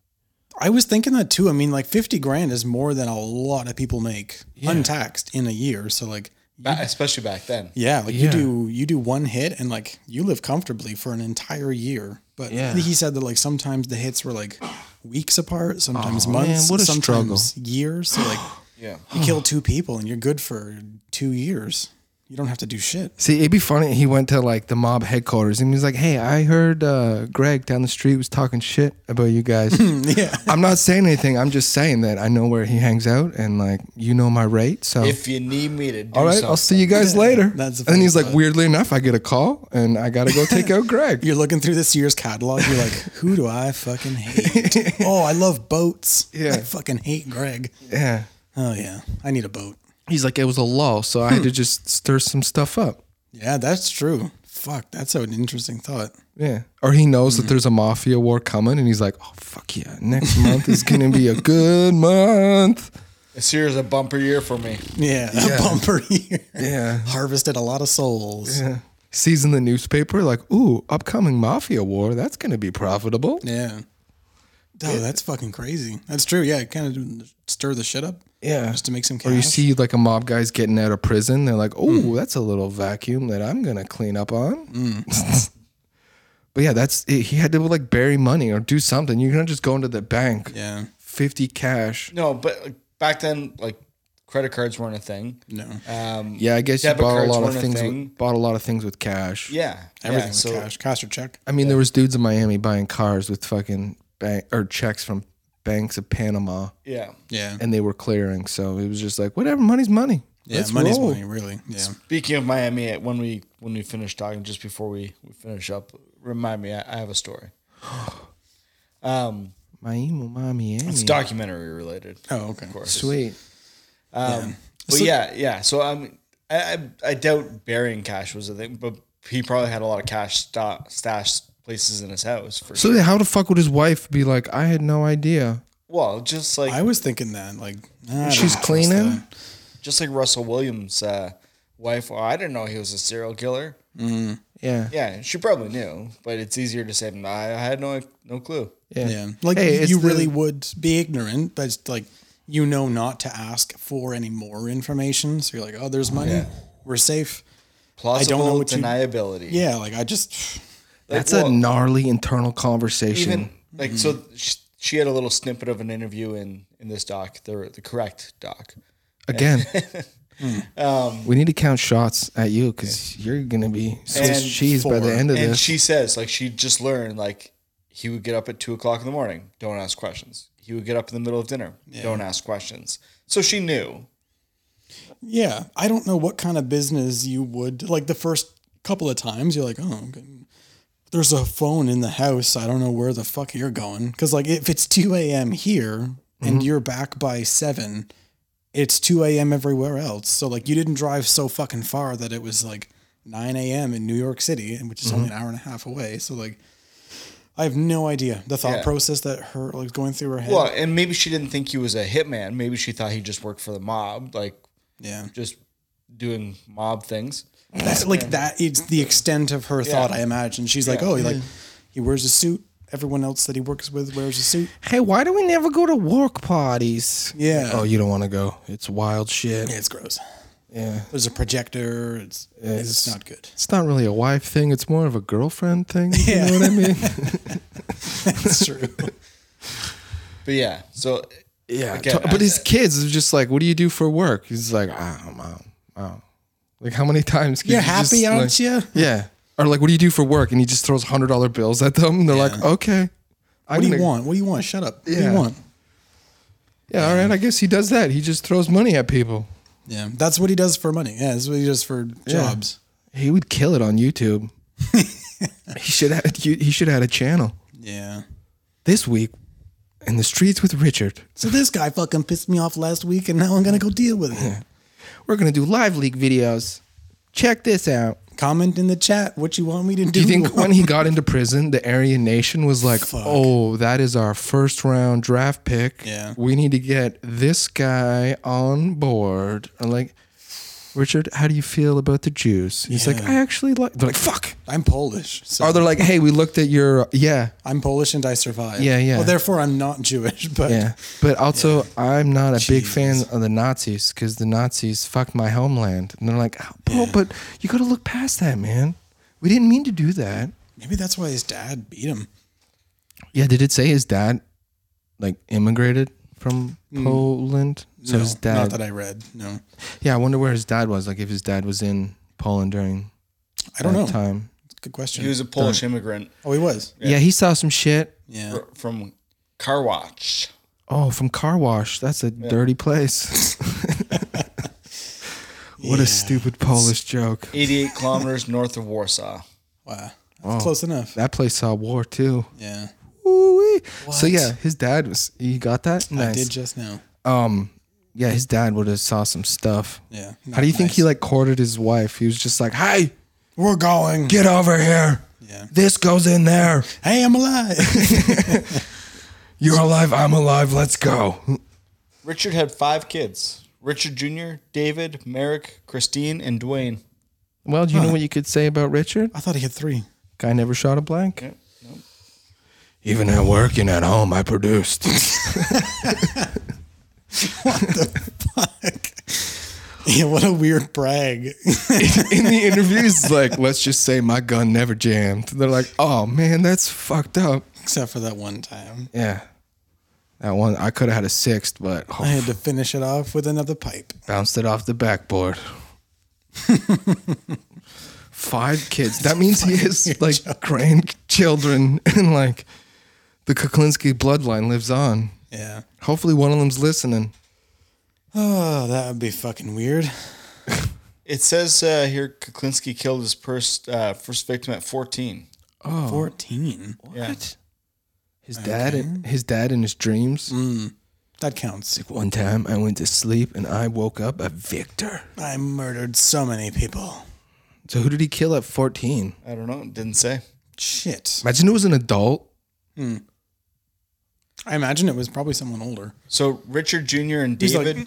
S4: I was thinking that too. I mean, like 50 grand is more than a lot of people make untaxed in a year. So like,
S3: Ba- especially back then.
S4: yeah, like
S5: Yeah.
S4: you do, you do one hit and like you live comfortably for an entire year. But
S5: Yeah.
S4: he said that like sometimes the hits were like weeks apart, sometimes
S5: man,
S4: months,
S5: what a
S4: sometimes years. So like,
S3: Yeah.
S4: you kill two people and you're good for two years. You don't have to do shit.
S5: See, it'd be funny. He went to like the mob headquarters and he's like, "Hey, I heard uh, Greg down the street was talking shit about you guys.
S4: Yeah.
S5: I'm not saying anything. I'm just saying that I know where he hangs out and like you know my rate. So
S3: If you need me to do
S5: all right, I'll
S3: something,
S5: see you guys later.
S4: That's a
S5: and then he's
S4: funny
S5: like, weirdly enough, I get a call and I gotta go take out Greg.
S4: You're looking through this year's catalog. You're like, who do I fucking hate? oh, I love boats.
S5: Yeah.
S4: I fucking hate Greg.
S5: yeah.
S4: Oh, yeah. I need a boat.
S5: He's like, it was a lull, so I had
S3: Hmm.
S5: to just stir some stuff up.
S4: Yeah, that's true. Fuck, that's an interesting thought.
S5: Yeah. Or he knows
S3: Hmm.
S5: that there's a mafia war coming and he's like, oh, fuck yeah. Next month is going to be a good month.
S3: this year's a bumper year for me.
S4: Yeah, a bumper year.
S5: Yeah.
S4: Harvested a lot of souls. Yeah.
S5: Sees in the newspaper, like, ooh, upcoming mafia war. That's going to be profitable.
S4: Oh, that's fucking crazy. That's true. Yeah, kind of stir the shit up.
S5: Yeah.
S4: Just to make some cash.
S5: Or you see like a mob guy's getting out of prison. They're like,
S3: Mm.
S5: ooh, that's a little vacuum that I'm going to clean up on.
S3: Mm.
S5: but yeah, that's, he had to like bury money or do something. You can't just go into the bank,
S4: Yeah.
S5: 50 cash.
S3: No, but like, back then, like credit cards weren't a thing.
S4: No.
S3: Um,
S5: Yeah, I guess you
S3: Debit
S5: bought a
S3: cards
S5: lot of
S3: weren't a
S5: things.
S3: thing.
S5: With, bought a lot of things with cash.
S3: yeah,
S4: Everything
S3: yeah,
S4: with
S3: so
S4: cash. Cash or check.
S5: I mean, there was dudes in Miami buying cars with fucking bank or checks from banks of Panama,
S3: yeah.
S4: Yeah.
S5: and they were clearing. So it was just like whatever, money's money.
S4: Yeah,
S5: Let's
S4: money's
S5: roll.
S4: money, really. Yeah.
S3: Speaking of Miami, uh, when we when we finish talking, just before we, we finish up, remind me, I, I have a story. Um,
S5: Miami, Miami.
S3: it's documentary related.
S4: Oh, okay.
S3: of course.
S5: Hmm. Sweet.
S3: Um, But yeah, yeah. So I mean, I, I I doubt burying cash was a thing, but he probably had a lot of cash sta- stashed places in his house for
S5: So
S3: sure.
S5: then how the fuck would his wife be like? I had no idea.
S3: Well, just like
S4: I was thinking that, like, I don't
S5: She's
S4: trust
S5: cleaning.
S4: that.
S3: just like Russell Williams' uh, wife. Well, I didn't know he was a serial killer.
S5: Yeah.
S3: Yeah, she probably knew, but it's easier to say. "Nah, I had no no clue.
S5: Yeah.
S4: Yeah, like
S5: Hey, it's
S4: you
S5: the-
S4: really would be ignorant, but it's like you know not to ask for any more information. So you're like, oh, there's money, we're safe.
S3: Plausible
S4: know what you-
S3: deniability.
S4: Yeah, like I just
S5: That's
S3: Like,
S5: a
S3: well,
S5: gnarly internal conversation.
S3: even like so.
S4: Mm-hmm.
S3: She, she had a little snippet of an interview in in this doc, the the correct doc.
S5: Again.
S4: Um,
S5: we need to count shots at you because you're gonna be Swiss
S3: And
S5: cheese by the
S4: four.
S5: end of
S3: and
S5: this.
S3: she says like she just learned like he would get up at two o'clock in the morning don't ask questions he would get up in the middle of dinner don't ask questions so she knew
S4: yeah, I don't know what kind of business you would like. The first couple of times, you're like, oh, okay. there's a phone in the house. I don't know where the fuck
S3: Mm-hmm.
S4: you're going because like if it's two a.m. here and you're back by seven, it's 2 a.m. everywhere else. So, like, you didn't drive so fucking far that it was like 9 a.m. in New York City, and which is
S3: Mm-hmm.
S4: only an hour and a half away. So, like, I have no idea the thought
S3: Yeah.
S4: process that her, like, going through her head.
S3: Well, and maybe she didn't think he was a hitman. Maybe she thought he just worked for the mob, like
S4: yeah.
S3: just doing mob things.
S4: That's like that. It's the extent of her thought, I imagine. She's like, oh, he like
S5: Mm-hmm.
S4: he wears a suit. Everyone else that he works with wears a suit.
S5: Hey, why do we never go to work parties?
S4: Yeah.
S5: Oh, you don't want to go. It's wild shit.
S4: Yeah, it's gross.
S5: Yeah.
S4: There's a projector. It's it's, not good.
S5: It's not really a wife thing. It's more of a girlfriend thing. You know what I mean?
S4: It's true.
S3: But yeah, so
S5: Yeah,
S3: Again,
S5: t- but
S3: I-
S5: his kids are just like, "What do you do for work?" He's like, "I don't know, I don't know." Like, how many times? Can
S4: You're
S5: you just,
S4: happy, aren't
S5: like-
S4: you?
S5: Yeah. Or like, "What do you do for work?" And he just throws hundred dollar bills at them. And they're like, "Okay."
S4: What do you want? What do you want? Shut up. What do
S5: Yeah.
S4: you want?
S5: Yeah, all right. I guess he does that. He just throws money at people.
S4: Yeah, that's what he does for money. Yeah, that's what he does for jobs.
S5: He would kill it on YouTube. he should have. He should have had a channel
S4: Yeah.
S5: this week in the streets with Richard.
S4: So this guy fucking pissed me off last week, and now I'm gonna go deal with it.
S5: We're gonna do live leak videos. Check this out.
S4: Comment in the chat what you want me to do.
S5: Do you think when he got into prison, the Aryan Nation was like, "Oh, that is our first round draft pick.
S4: Yeah.
S5: We need to get this guy on board." And like, Richard, how do you feel about the Jews? He's like,
S4: Yeah.
S5: "I actually like." They're like, "Fuck."
S4: I'm Polish? So
S5: Are they like, "Hey, we looked at your yeah,
S4: I'm Polish and I survive.
S5: Yeah, yeah.
S4: Well, therefore I'm not Jewish, but
S5: yeah," but also I'm not a big fan
S4: Jesus.
S5: of the Nazis because the Nazis fucked my homeland. And they're like, oh, "Bro, but you got to look past that, man. We didn't mean to do that."
S4: maybe that's why his dad beat him.
S5: Yeah, did it say his dad like immigrated from Poland? So
S4: Hmm.
S5: his
S4: Not
S5: dad.
S4: that I read. No,
S5: yeah, I wonder where his dad was. Like if his dad was in Poland during
S4: I don't
S5: that
S4: know.
S5: time.
S4: Good question.
S3: he was a Polish immigrant
S4: oh, he was.
S5: Yeah. he saw some shit.
S4: Yeah.
S3: fr- from Karwach.
S5: Oh, from car wash. That's a dirty place. what a stupid Polish joke.
S3: 88 kilometers north of Warsaw.
S4: Wow. That's close enough.
S5: That place saw war too.
S4: Yeah.
S5: Ooh-wee. So
S4: What?
S5: yeah, his dad was. You got that?
S4: I
S5: Nice.
S4: did just now.
S5: um, yeah, his dad would have saw some stuff.
S4: Yeah.
S5: How do you think he like courted his wife? He was just like, "Hey,
S4: We're going.
S5: get over here.
S4: Yeah.
S5: This goes in there.
S4: hey, I'm alive.
S5: You're alive. I'm alive. Let's go.
S3: Richard had five kids Richard Jr., David, Merrick, Christine, and Dwayne.
S5: Well, do you know what you could say about Richard?
S4: I thought he had three.
S5: Guy never shot a blank. Even at work and at home, I produced.
S4: Yeah. What a weird brag.
S5: in the interviews, it's like, let's just say my gun never jammed. They're like, oh man, that's fucked up.
S4: Except for that one time,
S5: Yeah. That one, I could have had a sixth, but oh,
S4: I had to finish it off with another pipe.
S5: bounced it off the backboard. Five kids. That means he has like grandchildren and like the Kuklinski bloodline lives on.
S4: Yeah.
S5: Hopefully one of them's listening.
S4: Oh, that would be fucking weird.
S3: It says uh, here Kuklinski killed his first, uh, first victim at 14.
S5: Oh.
S4: Fourteen.
S3: Yeah.
S5: His dad and his dad in his dreams.
S4: That counts.
S5: One time I went to sleep and I woke up a victor.
S4: I murdered so many people.
S5: So who did he kill at 14?
S3: I don't know. It didn't say.
S4: Shit.
S5: Imagine it was an adult.
S4: I imagine it was probably someone older
S3: So Richard Jr. and
S4: He's like,
S3: David.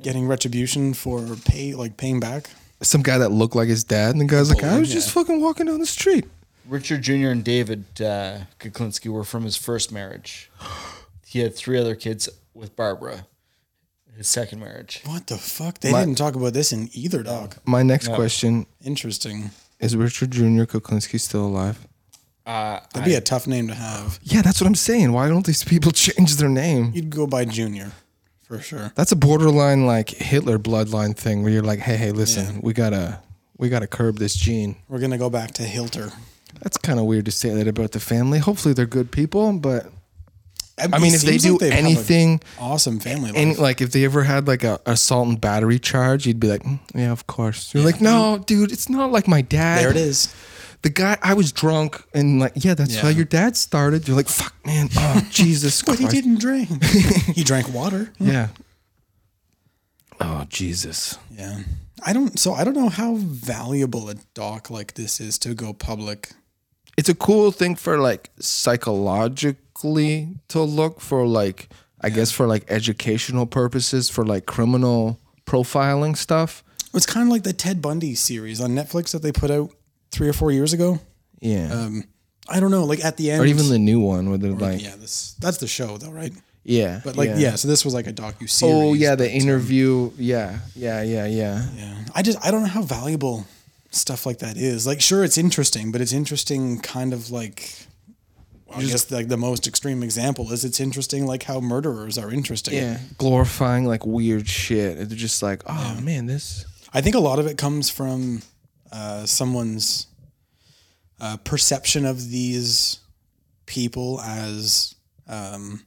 S4: getting retribution for pay, like paying back.
S5: Some guy that looked like his dad, and the guy's like, I was just fucking walking down the street.
S3: Richard Jr. and David uh, Kuklinski were from his first marriage. He had three other kids with Barbara, his second marriage.
S4: What the fuck? They didn't talk about this in either doc.
S5: My next question
S4: Interesting.
S5: Is Richard Jr. Kuklinski still alive?
S4: That'd be a tough name to have.
S5: Yeah, that's what I'm saying. Why don't these people change their name?
S4: You'd go by Junior for sure.
S5: That's a borderline like Hitler bloodline thing where you're like, hey, hey, listen, we gotta we gotta curb this gene.
S4: We're gonna go back to Hilter.
S5: That's kind of weird to say that about the family. Hopefully they're good people, but I
S4: it
S5: mean, if they
S4: seems
S5: do
S4: they've had an
S5: anything-
S4: awesome family life.
S5: and like if they ever had like a assault and battery charge, you'd be like, "Mm, yeah, of course. You're like, no, dude, it's not like my dad.
S4: there it is.
S5: The guy I was drunk and like, yeah, that's
S4: Yeah.
S5: how your dad started. You're like, fuck, man, oh Jesus
S4: But
S5: Christ.
S4: he didn't drink. he drank water.
S5: Yeah.
S4: Oh,
S5: Jesus.
S4: Yeah. I don't so I don't know how valuable a doc like this is to go public.
S5: It's a cool thing for like psychologically to look for like I guess for like educational purposes for like criminal profiling stuff.
S4: It's kind of like the Ted Bundy series on Netflix that they put out 3 or 4 years ago. Um,
S5: Yeah.
S4: I don't know, like at the end
S5: or even the new one where they're like yeah.
S4: Yeah, this that's the show though, right? But like yeah,
S5: yeah.
S4: so this was like a docu series.
S5: Oh yeah, the interview. Yeah, yeah, yeah, yeah.
S4: Yeah. I just I don't know how valuable stuff like that is. Like sure it's interesting, but it's interesting kind of like I guess like the most extreme example is it's interesting like how murderers are interesting.
S5: Yeah, glorifying like weird shit. They're just like, oh man, this.
S4: I think a lot of it comes from uh, someone's uh, perception of these people as um,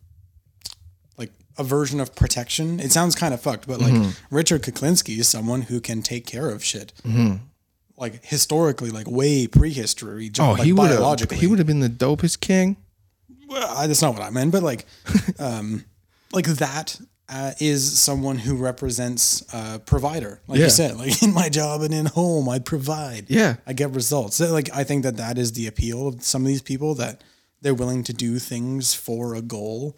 S4: like a version of protection. It sounds kind of fucked, but like
S5: Mm-hmm.
S4: Richard Kuklinski is someone who can take care of shit.
S5: Mm-hmm.
S4: Like historically, like way prehistory.
S5: Oh,
S4: like
S5: he would have.
S4: biologically.
S5: He would have been the dopest king.
S4: Well, I, Uh, that's not what I meant, but like, um, like that uh, is someone who represents a provider. Like
S5: Yeah.
S4: you said, like in my job and in home, I provide.
S5: Yeah.
S4: I get results. So, like I think that that is the appeal of some of these people that they're willing to do things for a goal.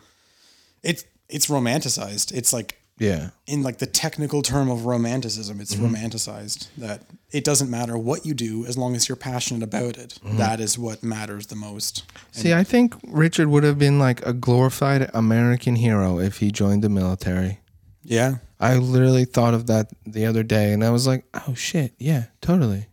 S4: It's it's romanticized. It's like
S5: Yeah.
S4: in like the technical term of romanticism, it's
S5: Mm-hmm.
S4: romanticized that it doesn't matter what you do as long as you're passionate about it.
S5: Mm-hmm.
S4: That is what matters the most.
S5: See, I think Richard would have been like a glorified American hero if he joined the military.
S4: Yeah.
S5: I literally thought of that the other day, and I was like, "Oh shit, yeah, totally."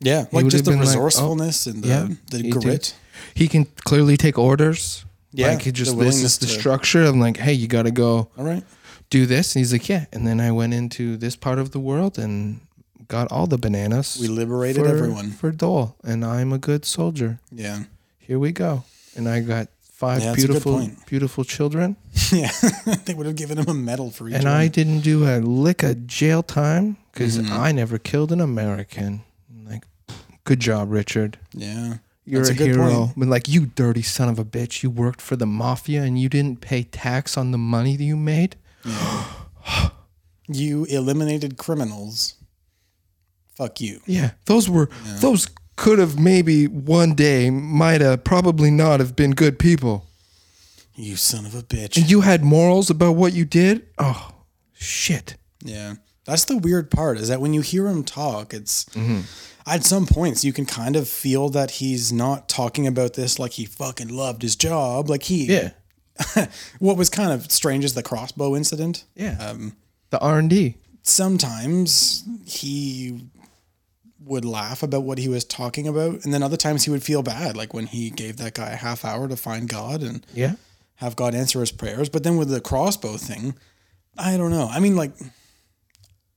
S4: Yeah, like
S5: would've
S4: just the
S5: been like, oh,
S4: resourcefulness and the,
S5: yeah,
S4: the
S5: he did.
S4: grit.
S5: He can clearly take orders.
S4: Yeah,
S5: like he just
S4: the
S5: this is
S4: willingness
S5: the
S4: to-
S5: structure. I'm like, hey, you got to go
S4: All right.
S5: do this, and he's like, yeah. And then I went into this part of the world and got all the bananas.
S4: We liberated
S5: for-
S4: everyone.
S5: for Dole, and I'm a good soldier.
S4: Yeah.
S5: Here we go. And I got
S4: Yeah,
S5: five
S4: that's a good
S5: beautiful,
S4: point.
S5: beautiful children,
S4: Yeah. they would have given him a medal for each
S5: and
S4: one.
S5: I didn't do a lick of jail time because
S4: Mm-hmm.
S5: I never killed an American. I'm like, good job, Richard.
S4: Yeah.
S5: You're
S4: That's
S5: a,
S4: a good
S5: hero.
S4: point.
S5: But like, you dirty son of a bitch. You worked for the mafia and you didn't pay tax on the money that you made.
S4: You eliminated criminals. Fuck you.
S5: Yeah. Those were, those could have maybe one day, might have, probably not have been good people.
S4: You son of a bitch.
S5: And you had morals about what you did? Oh, shit.
S4: Yeah. That's the weird part is that when you hear him talk, it's
S5: Mm-hmm.
S4: at some points you can kind of feel that he's not talking about this like he fucking loved his job. Like he, what was kind of strange is the crossbow incident.
S5: Yeah.
S4: Um,
S5: the R&D.
S4: sometimes he would laugh about what he was talking about and then other times he would feel bad like when he gave that guy a half hour to find god and
S5: Yeah.
S4: have god answer his prayers but then with the crossbow thing i don't know i mean like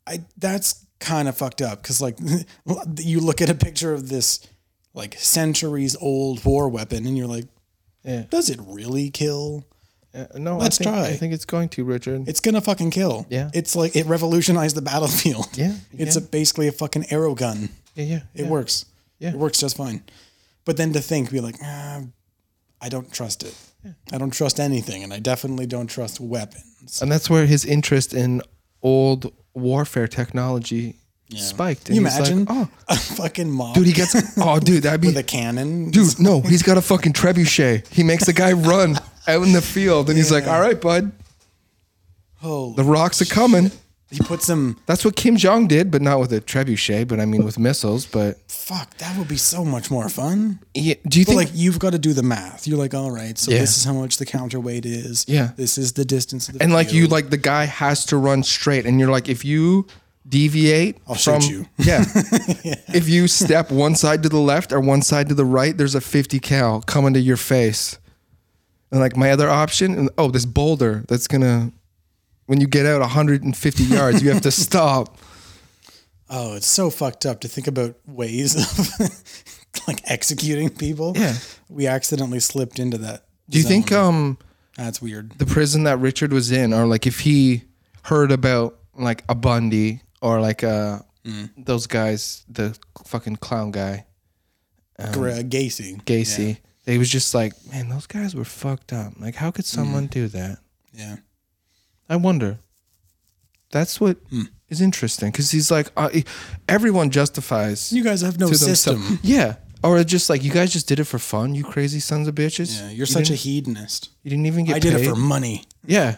S4: i that's kind of fucked up because like you look at a picture of this like centuries old war weapon and you're like
S5: Yeah.
S4: does it really kill
S5: Uh, no,
S4: Let's
S5: I think,
S4: try.
S5: I think it's going to, Richard.
S4: it's gonna fucking kill
S5: Yeah.
S4: it's like it revolutionized the battlefield
S5: Yeah,
S4: it's
S5: yeah.
S4: A, basically a fucking arrow gun
S5: yeah, yeah.
S4: It
S5: yeah.
S4: works.
S5: Yeah.
S4: It works just fine. But then to think, be like, ah, I don't trust it. I don't trust anything, and I definitely don't trust weapons.
S5: And that's where his interest in old warfare technology spiked. And
S4: you
S5: he's like,
S4: imagine
S5: oh,
S4: a fucking mob
S5: dude, he gets. Oh, dude, that'd be.
S4: with a cannon.
S5: dude, no, he's got a fucking trebuchet. He makes the guy run out in the field, and he's like, "All right, bud,
S4: Oh,
S5: the rocks are coming."
S4: he puts him.
S5: That's what Kim Jong did, but not with a trebuchet. But I mean, with missiles. But
S4: Fuck, that would be so much more fun.
S5: yeah, do you
S4: But like,
S5: think?
S4: you've got to do the math. You're like, all right, so
S5: Yeah.
S4: this is how much the counterweight is.
S5: Yeah.
S4: This is the distance. Of the
S5: and like you,
S4: field.
S5: like the guy has to run straight, and you're like, if you deviate I'll
S4: shoot
S5: from
S4: you.
S5: yeah, if you step one side to the left or one side to the right, there's a 50 cal coming to your face. And like my other option, and oh, this boulder that's gonna, when you get out 150 yards, you have to stop.
S4: Oh, it's so fucked up to think about ways of like executing people.
S5: Yeah.
S4: We accidentally slipped into that.
S5: Do you think um
S4: That's weird.
S5: the prison that Richard was in, or like if he heard about like a Bundy or like uh those guys, the fucking clown guy, Um,
S4: Gra- Gacy.
S5: Gacy. They was just like, man, those guys were fucked up. Like, how could someone do that?
S4: Yeah.
S5: I wonder. That's what is
S4: Hmm.
S5: interesting because he's like, uh, he- everyone justifies
S4: You guys have no
S5: to themselves.
S4: system.
S5: Yeah. Or just like you guys just did it for fun, you crazy sons of bitches.
S4: Yeah,
S5: You
S4: you're such a
S5: didn't-
S4: hedonist.
S5: You didn't even get.
S4: I did
S5: paid.
S4: it for money.
S5: Yeah,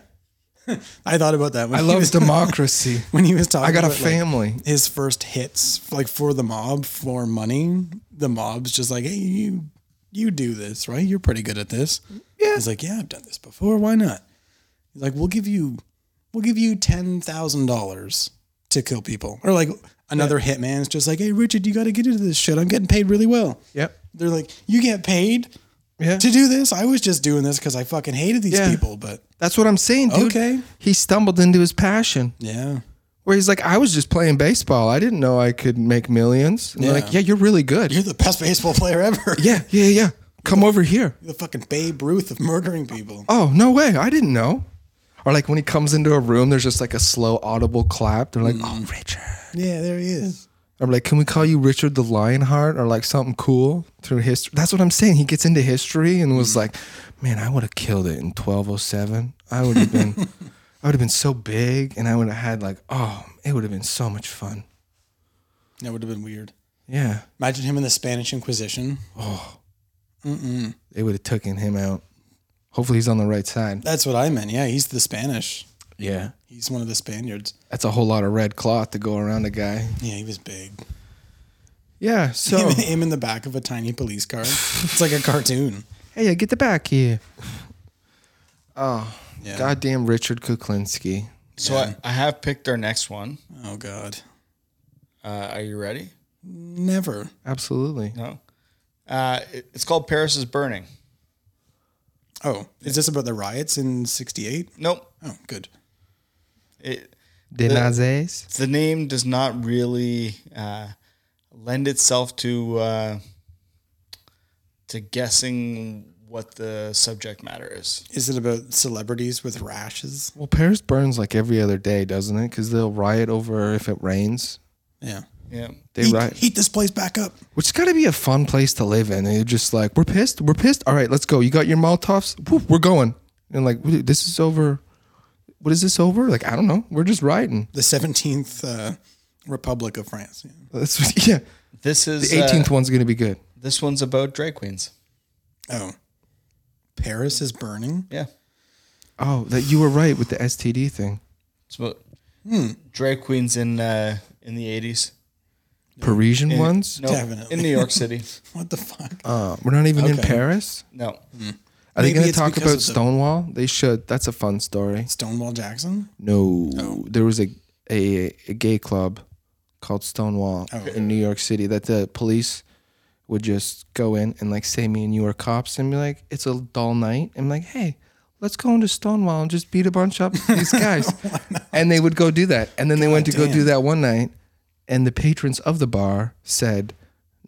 S4: I thought about that. When
S5: I
S4: he
S5: love
S4: was-
S5: democracy.
S4: when he was talking.
S5: I got a
S4: about, like,
S5: family.
S4: his first hits, like for the mob, for money. The mob's just like, hey, you, you do this, right? You're pretty good at this. Yeah. He's like, yeah, I've done this before. Why not? He's like, we'll give you, we'll give you ten thousand dollars to kill people, or like another hitman's just like, hey, Richard, you got to get into this shit. I'm getting paid really well.
S5: Yep.
S4: They're like, you get paid
S5: Yeah.
S4: to do this. I was just doing this because I fucking hated these
S5: Yeah.
S4: people, but
S5: That's what I'm saying, dude.
S4: Okay.
S5: He stumbled into his passion.
S4: yeah.
S5: Where he's like, I was just playing baseball. I didn't know I could make millions. And they're
S4: Yeah.
S5: like, yeah, you're really good.
S4: You're the best baseball player ever.
S5: yeah, yeah, yeah. Come over here.
S4: You're the fucking Babe Ruth of murdering people.
S5: Oh, no way. I didn't know. Or like when he comes into a room, there's just like a slow audible clap. They're like, oh, Richard.
S4: Yeah, there he is.
S5: Or like, can we call you Richard the Lionheart or like something cool through history? That's what I'm saying. He gets into history and was like, man, I would have killed it in 1207. I would have been, I would have been so big and I would have had like, oh, it would have been so much fun.
S4: That would have been weird.
S5: Yeah.
S4: Imagine him in the Spanish Inquisition.
S5: They would have taken him out. Hopefully he's on the right side.
S4: That's what I meant. Yeah, he's the Spanish.
S5: Yeah.
S4: He's one of the Spaniards.
S5: That's a whole lot of red cloth to go around a guy.
S4: Yeah, he was big.
S5: Yeah. So,
S4: Him, him in the back of a tiny police car. It's like a cartoon.
S5: hey, get the back here.
S4: Yeah.
S5: Goddamn Richard Kuklinski.
S3: So I, I have picked our next one.
S4: Oh God.
S3: Uh, are you ready?
S4: Never.
S5: Absolutely.
S3: No. Uh, it- it's called Paris is Burning.
S4: Oh, is this about the riots in '68?
S3: Nope.
S4: Oh, good.
S3: It,
S5: De Nazes.
S3: the name does not really uh, lend itself to uh, to guessing what the subject matter is.
S4: Is it about celebrities with rashes?
S5: Well, Paris burns like every other day, doesn't it? Because they'll riot over if it rains.
S4: Yeah.
S3: Yeah.
S5: They
S4: Heat,
S5: riot,
S4: heat this place back up.
S5: which has got to be a fun place to live in. They're just like, we're pissed, we're pissed. All right, let's go. You got your Molotovs? Whoop, we're going. And like, "What- this is over. What is this over? Like, I don't know. We're just rioting.
S4: The 17th uh, Republic of France. Yeah.
S5: That's what- yeah.
S3: This is
S5: The 18th
S3: Uh,
S5: one's gonna be good.
S3: this one's about drag queens.
S4: Oh, Paris is burning.
S3: Yeah.
S5: Oh, that you were right with the STD thing.
S3: It's about
S4: Hmm.
S3: drag queens in uh, in the eighties.
S5: Parisian ones.
S3: No,
S4: Definitely.
S3: in New York City.
S4: What the fuck?
S5: Uh, we're not even in
S4: Okay.
S5: Paris.
S3: No.
S5: Are they
S4: Maybe
S5: gonna
S4: it's
S5: talk
S4: because of
S5: about
S4: the-
S5: Stonewall? They should. That's a fun story.
S4: Stonewall Jackson.
S5: No, there was a, a a gay club called Stonewall in New York City that the police would just go in and like say me and you are cops and be like it's a dull night and be like hey let's go into Stonewall and just beat a bunch up these guys and they would go do that and then they went to go do that one night and the patrons of the bar said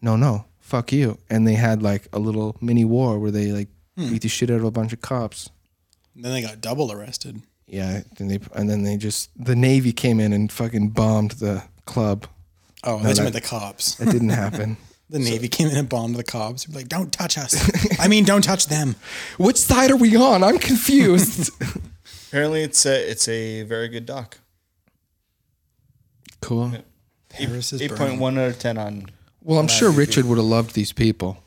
S5: no no fuck you and they had like a little mini war where they like beat the shit out of a bunch of cops
S4: And then they got double arrested.
S5: yeah, and they and then they just the Navy came in and fucking bombed the club.
S4: Oh, I thought you meant the cops.
S5: That didn't happen.
S4: The Navy came in and bombed the cops. They're Like, don't touch us. I mean, don't touch them.
S5: Which side are we on? I'm confused.
S3: Apparently, it's a it's a very good doc.
S5: cool.
S4: Paris is
S3: Eight
S4: burning.
S3: point one out of ten on.
S5: Well, I'm sure Richard would have loved these people.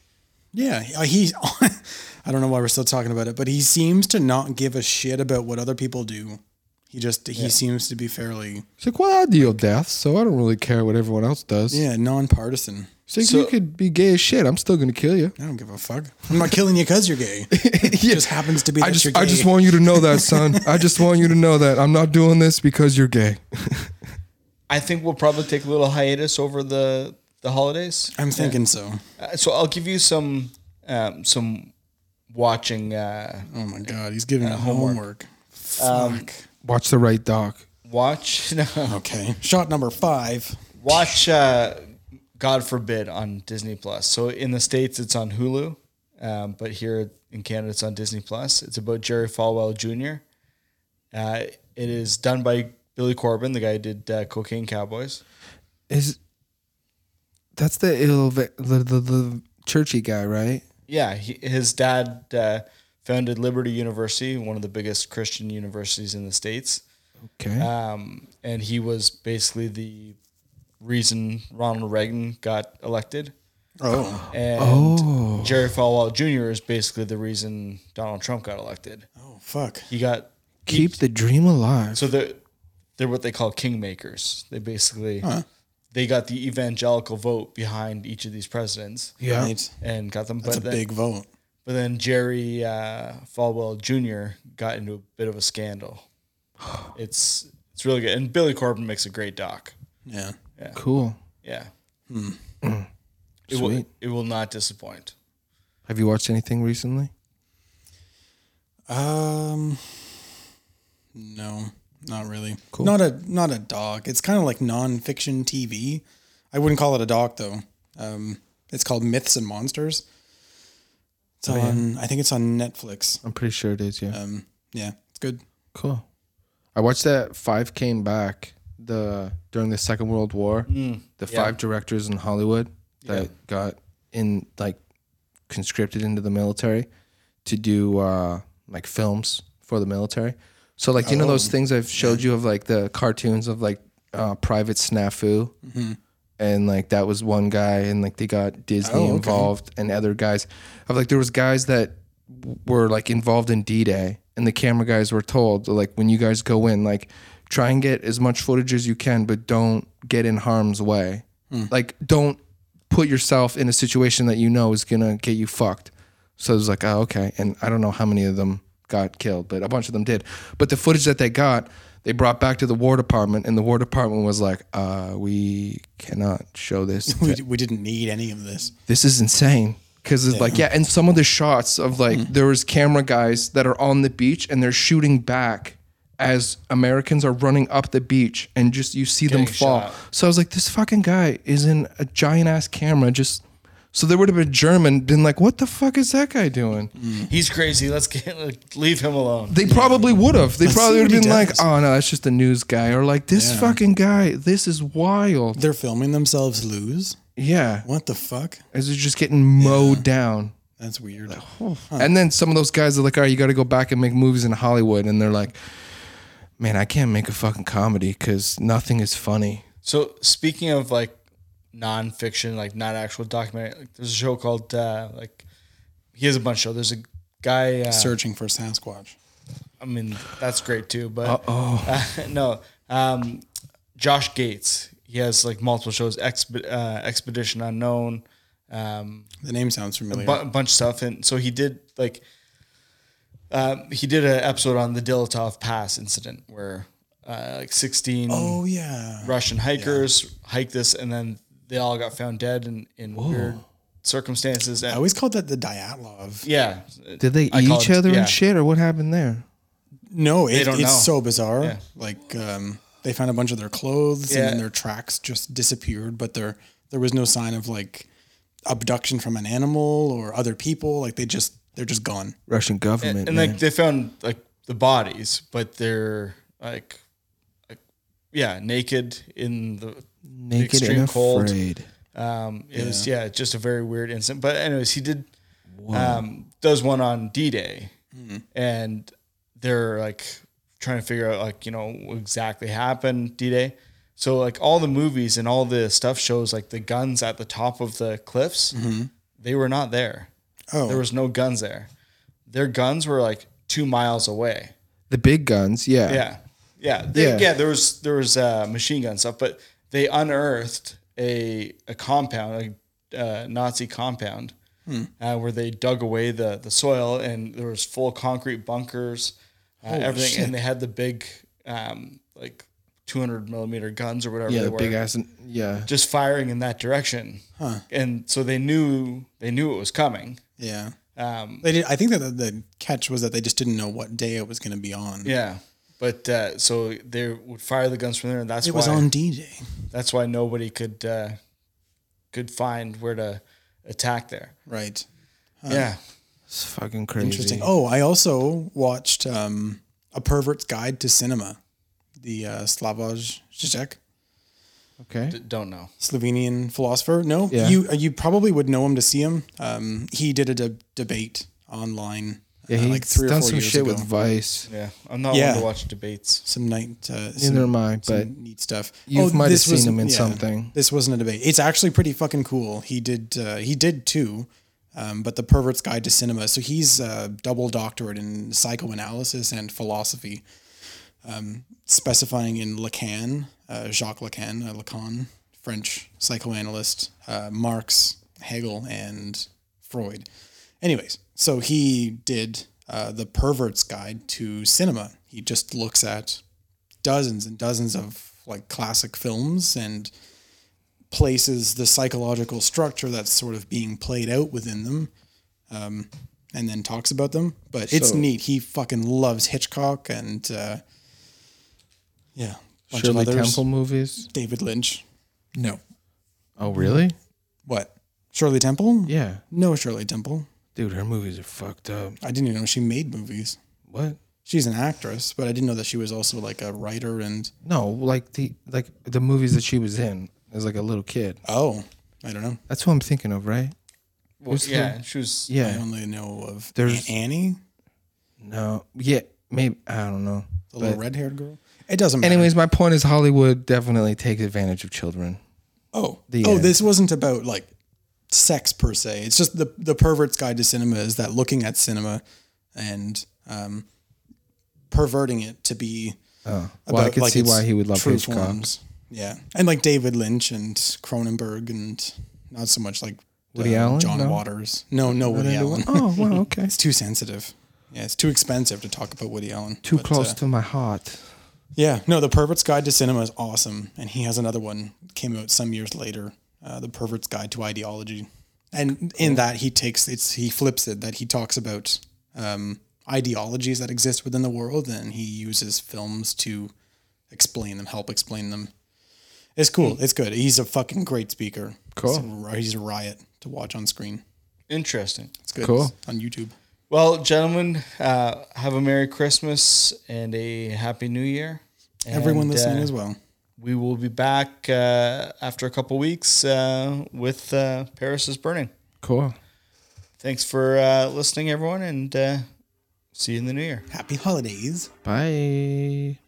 S4: Yeah, uh, he. I don't know why we're still talking about it, but he seems to not give a shit about what other people do. He just he seems to be fairly
S5: He's like, well, I deal death, so I don't really care what everyone else does.
S4: yeah nonpartisan.
S5: He's like, you could be gay as shit. I'm still gonna kill you.
S4: I don't give a fuck. I'm not killing you because you're gay. It just happens to be that
S5: I just,
S4: you're gay.
S5: I just want you to know that, son. I just want you to know that I'm not doing this because you're gay.
S3: I think we'll probably take a little hiatus over the the holidays.
S4: I'm thinking so.
S3: Uh, so I'll give you some um, some watching. Uh,
S4: Oh my god, he's giving it homework. Fuck.
S5: Watch the right doc.
S3: watch
S5: Oh.
S3: no,
S4: okay, shot number five.
S3: watch. Uh, God forbid on Disney Plus. So in the states, it's on Hulu, um, but here in Canada, it's on Disney Plus. It's about Jerry Falwell Jr. Uh, it is done by Billy Corbin, the guy who did uh, Cocaine Cowboys.
S5: Is that's the ill the, the, the churchy guy, right?
S3: Yeah, he, his dad uh, founded Liberty University, one of the biggest Christian universities in the states.
S5: Okay.
S3: Um, and he was basically the reason Ronald Reagan got elected.
S4: Oh,
S3: And Jerry Falwell Jr. is basically the reason Donald Trump got elected.
S4: oh fuck.
S3: He got
S5: Keep the dream alive.
S3: so they're they're what they call kingmakers. They basically they got the evangelical vote behind each of these presidents
S5: yeah.
S4: Right.
S3: and got them.
S4: That's
S3: but
S4: a
S3: then-
S4: big vote.
S3: But then Jerry uh, Falwell Jr. got into a bit of a scandal. It's it's really good, and Billy Corbin makes a great doc.
S4: Yeah.
S5: Cool.
S3: Yeah, it will
S5: Sweet.
S3: it will not disappoint.
S5: Have you watched anything recently?
S4: Um, no, not really. Not a not a doc. It's kind of like nonfiction TV. I wouldn't call it a doc though. Um, it's called Myths and Monsters. It's on. I think it's on Netflix.
S5: I'm pretty sure it is. Yeah.
S4: Um, yeah, it's good.
S5: Cool. I watched that Five Came Back the during the Second World War. the five directors in Hollywood that got in like conscripted into the military to do uh, like films for the military. So like you know those things I've showed you of like the cartoons of like uh, Private Snafu. And like that was one guy, and like they got Disney
S4: okay.
S5: involved, and other guys. Of like there was guys that were like involved in D-Day and the camera guys were told like when you guys go in like try and get as much footage as you can but don't get in harm's way. Like don't put yourself in a situation that you know is going to get you fucked. So it was like, "Oh, okay." And I don't know how many of them got killed, but a bunch of them did. But the footage that they got, they brought back to the war department and the war department was like, "Uh, we cannot show this
S4: We, we didn't need any of this.
S5: this is insane because it's like yeah and some of the shots of like
S4: Mm.
S5: there was camera guys that are on the beach and they're shooting back as americans are running up the beach and just you see them fall so i was like this fucking guy is in a giant ass camera just so there would have been german been like what the fuck is that guy doing
S4: Mm.
S3: He's crazy. Let's get like, leave him alone.
S5: they probably would have they probably
S4: see what
S5: would have
S4: he
S5: been like
S4: does.
S5: oh no that's just a news guy or like this
S4: Yeah.
S5: fucking guy this is wild
S4: They're filming themselves lose.
S5: yeah
S4: What the fuck?
S5: as they're just getting mowed down
S4: That's weird.
S5: And then some of those guys are like, all right, you got to go back and make movies in Hollywood. And they're like, man, I can't make a fucking comedy because nothing is funny.
S3: So speaking of like nonfiction, like not actual documentary, like, there's a show called uh, like he has a bunch of show. There's a guy. Uh,
S4: Searching for Sasquatch.
S3: I mean, that's great too. But no, um, Josh Gates. He has like multiple shows, Expe- uh, Expedition Unknown, um,
S4: The name sounds familiar.
S3: bu- bunch of stuff, and so he did like um, he did an episode on the Dilatov Pass incident where uh, like sixteen
S4: oh yeah.
S3: Russian hikers hiked this, and then they all got found dead in, in weird circumstances.
S4: I
S3: And
S4: always called that the Dyatlov.
S3: yeah,
S5: Did they
S3: I
S5: eat
S3: call
S5: each
S3: it-
S5: other
S3: yeah.
S5: and shit, or what happened there?
S4: No, it,
S3: don't
S4: it's
S3: know.
S4: so bizarre.
S3: Yeah.
S4: Like um, they found a bunch of their clothes and
S3: Yeah.
S4: then their tracks just disappeared, but there there was no sign of like abduction from an animal or other people. Like they just they're just gone.
S5: Russian government.
S3: and
S5: man.
S3: like they found like the bodies, but they're like, like yeah, naked in the
S5: naked
S3: extreme
S5: and
S3: cold.
S5: afraid.
S3: um it was yeah, just a very weird incident. But anyways, he did um does one on D Day and they're like trying to figure out like, you know, what exactly happened D Day. So like all the movies and all the stuff shows like the guns at the top of the cliffs, they were not there.
S4: Oh.
S3: There was no guns there. Their guns were like two miles away.
S5: The big guns, yeah.
S3: Yeah, yeah, They-
S5: Yeah.
S3: yeah. There was there was uh, machine gun stuff, but they unearthed a a compound, a uh, Nazi compound,
S5: Hmm.
S3: uh, where they dug away the the soil, and there was full concrete bunkers, uh, everything, and they had the big um, like two hundred millimeter guns or whatever.
S5: Yeah,
S3: they
S5: the
S3: were
S5: big ass. and- Yeah.
S3: just firing in that direction, and so they knew they knew it was coming.
S4: Yeah. Um, they did, I think that the, the catch was that they just didn't know what day it was going to be on.
S3: Yeah. But uh, so they would fire the guns from there, and that's
S4: It
S3: why
S4: was on D-Day.
S3: That's why nobody could uh, could find where to attack there.
S4: Right.
S3: yeah,
S5: It's fucking crazy.
S4: Interesting. Oh, I also watched um, A Pervert's Guide to Cinema, the uh, Slavoj Žižek.
S5: Okay.
S3: D- don't know.
S4: Slovenian philosopher. No, uh,
S5: Yeah.
S4: you you probably would know him to see him. Um, he did a de- debate online
S5: Yeah, he's
S4: like three or
S5: done
S4: four
S5: some
S4: years
S5: shit
S4: ago.
S5: with Vice.
S3: Yeah, I'm not
S4: Yeah.
S3: one to watch debates.
S4: some night. Uh,
S5: Neither
S4: some,
S5: am I,
S4: some
S5: but
S4: neat stuff. Oh,
S5: you might have
S4: this
S5: seen
S4: was-
S5: him in something.
S4: This wasn't a debate. It's actually pretty fucking cool. He did uh, he did two, um, but the pervert's guide to cinema. So he's uh, double doctorate in psychoanalysis and philosophy, um, specifying in Lacan, uh, Jacques Lacan, uh, Lacan, French psychoanalyst, uh, Marx, Hegel, and Freud. Anyways, so he did uh, the pervert's guide to cinema. He just looks at dozens and dozens of like classic films and places the psychological structure that's sort of being played out within them um, and then talks about them but it's
S5: So-
S4: neat he fucking loves hitchcock and uh, yeah bunch
S5: Shirley
S4: of others.
S5: Temple movies.
S4: david lynch no
S5: Oh, really?
S4: what shirley temple
S5: Yeah,
S4: no shirley temple
S5: dude, her movies are fucked up.
S4: i didn't even know she made movies
S5: What?
S4: she's an actress but i didn't know that she was also like a writer and
S5: No, like the like the movies that she was in as like a little kid.
S4: oh i don't know
S5: That's who I'm thinking of, right?
S3: Well, yeah, she was.
S4: i
S5: Yeah.
S4: only know of
S5: There's-
S4: annie
S5: No. Yeah. Maybe I don't know.
S4: the little red-haired girl it doesn't matter
S5: Anyways, my point is Hollywood definitely takes advantage of children.
S4: Oh,
S5: The
S4: oh,
S5: end.
S4: this wasn't about like sex per se. It's just the the pervert's guide to cinema is that looking at cinema and um, perverting it to be
S5: Oh, well, I
S4: about,
S5: could see
S4: its
S5: why he would love
S4: true
S5: Hitchcock.
S4: forms. Yeah, and like David Lynch and Cronenberg and not so much like
S5: Woody Allen?
S4: John
S5: No?
S4: Waters. No, no Woody
S5: Into
S4: Allen.
S5: one- Oh, well, okay.
S4: It's too sensitive. Yeah, it's too expensive to talk about Woody Allen.
S5: Too
S4: But,
S5: close
S4: uh,
S5: to my heart.
S4: yeah, no, The Pervert's Guide to Cinema is awesome, and he has another one came out some years later, uh, The Pervert's Guide to Ideology, and in that he takes it's he flips it that he talks about um, ideologies that exist within the world, and he uses films to explain them, help explain them. It's cool. It's good. He's a fucking great speaker.
S5: Cool.
S4: He's a, ri- he's a riot to watch on screen.
S3: Interesting.
S4: It's good.
S5: Cool.
S4: It's on YouTube.
S3: Well, gentlemen, uh, have a Merry Christmas and a Happy New Year.
S4: Everyone
S3: And,
S4: listening
S3: uh,
S4: as well.
S3: We will be back uh, after a couple weeks uh, with uh, Paris is Burning.
S5: Cool.
S3: Thanks for uh, listening, everyone, and uh, see you in the new year.
S4: Happy holidays.
S5: Bye.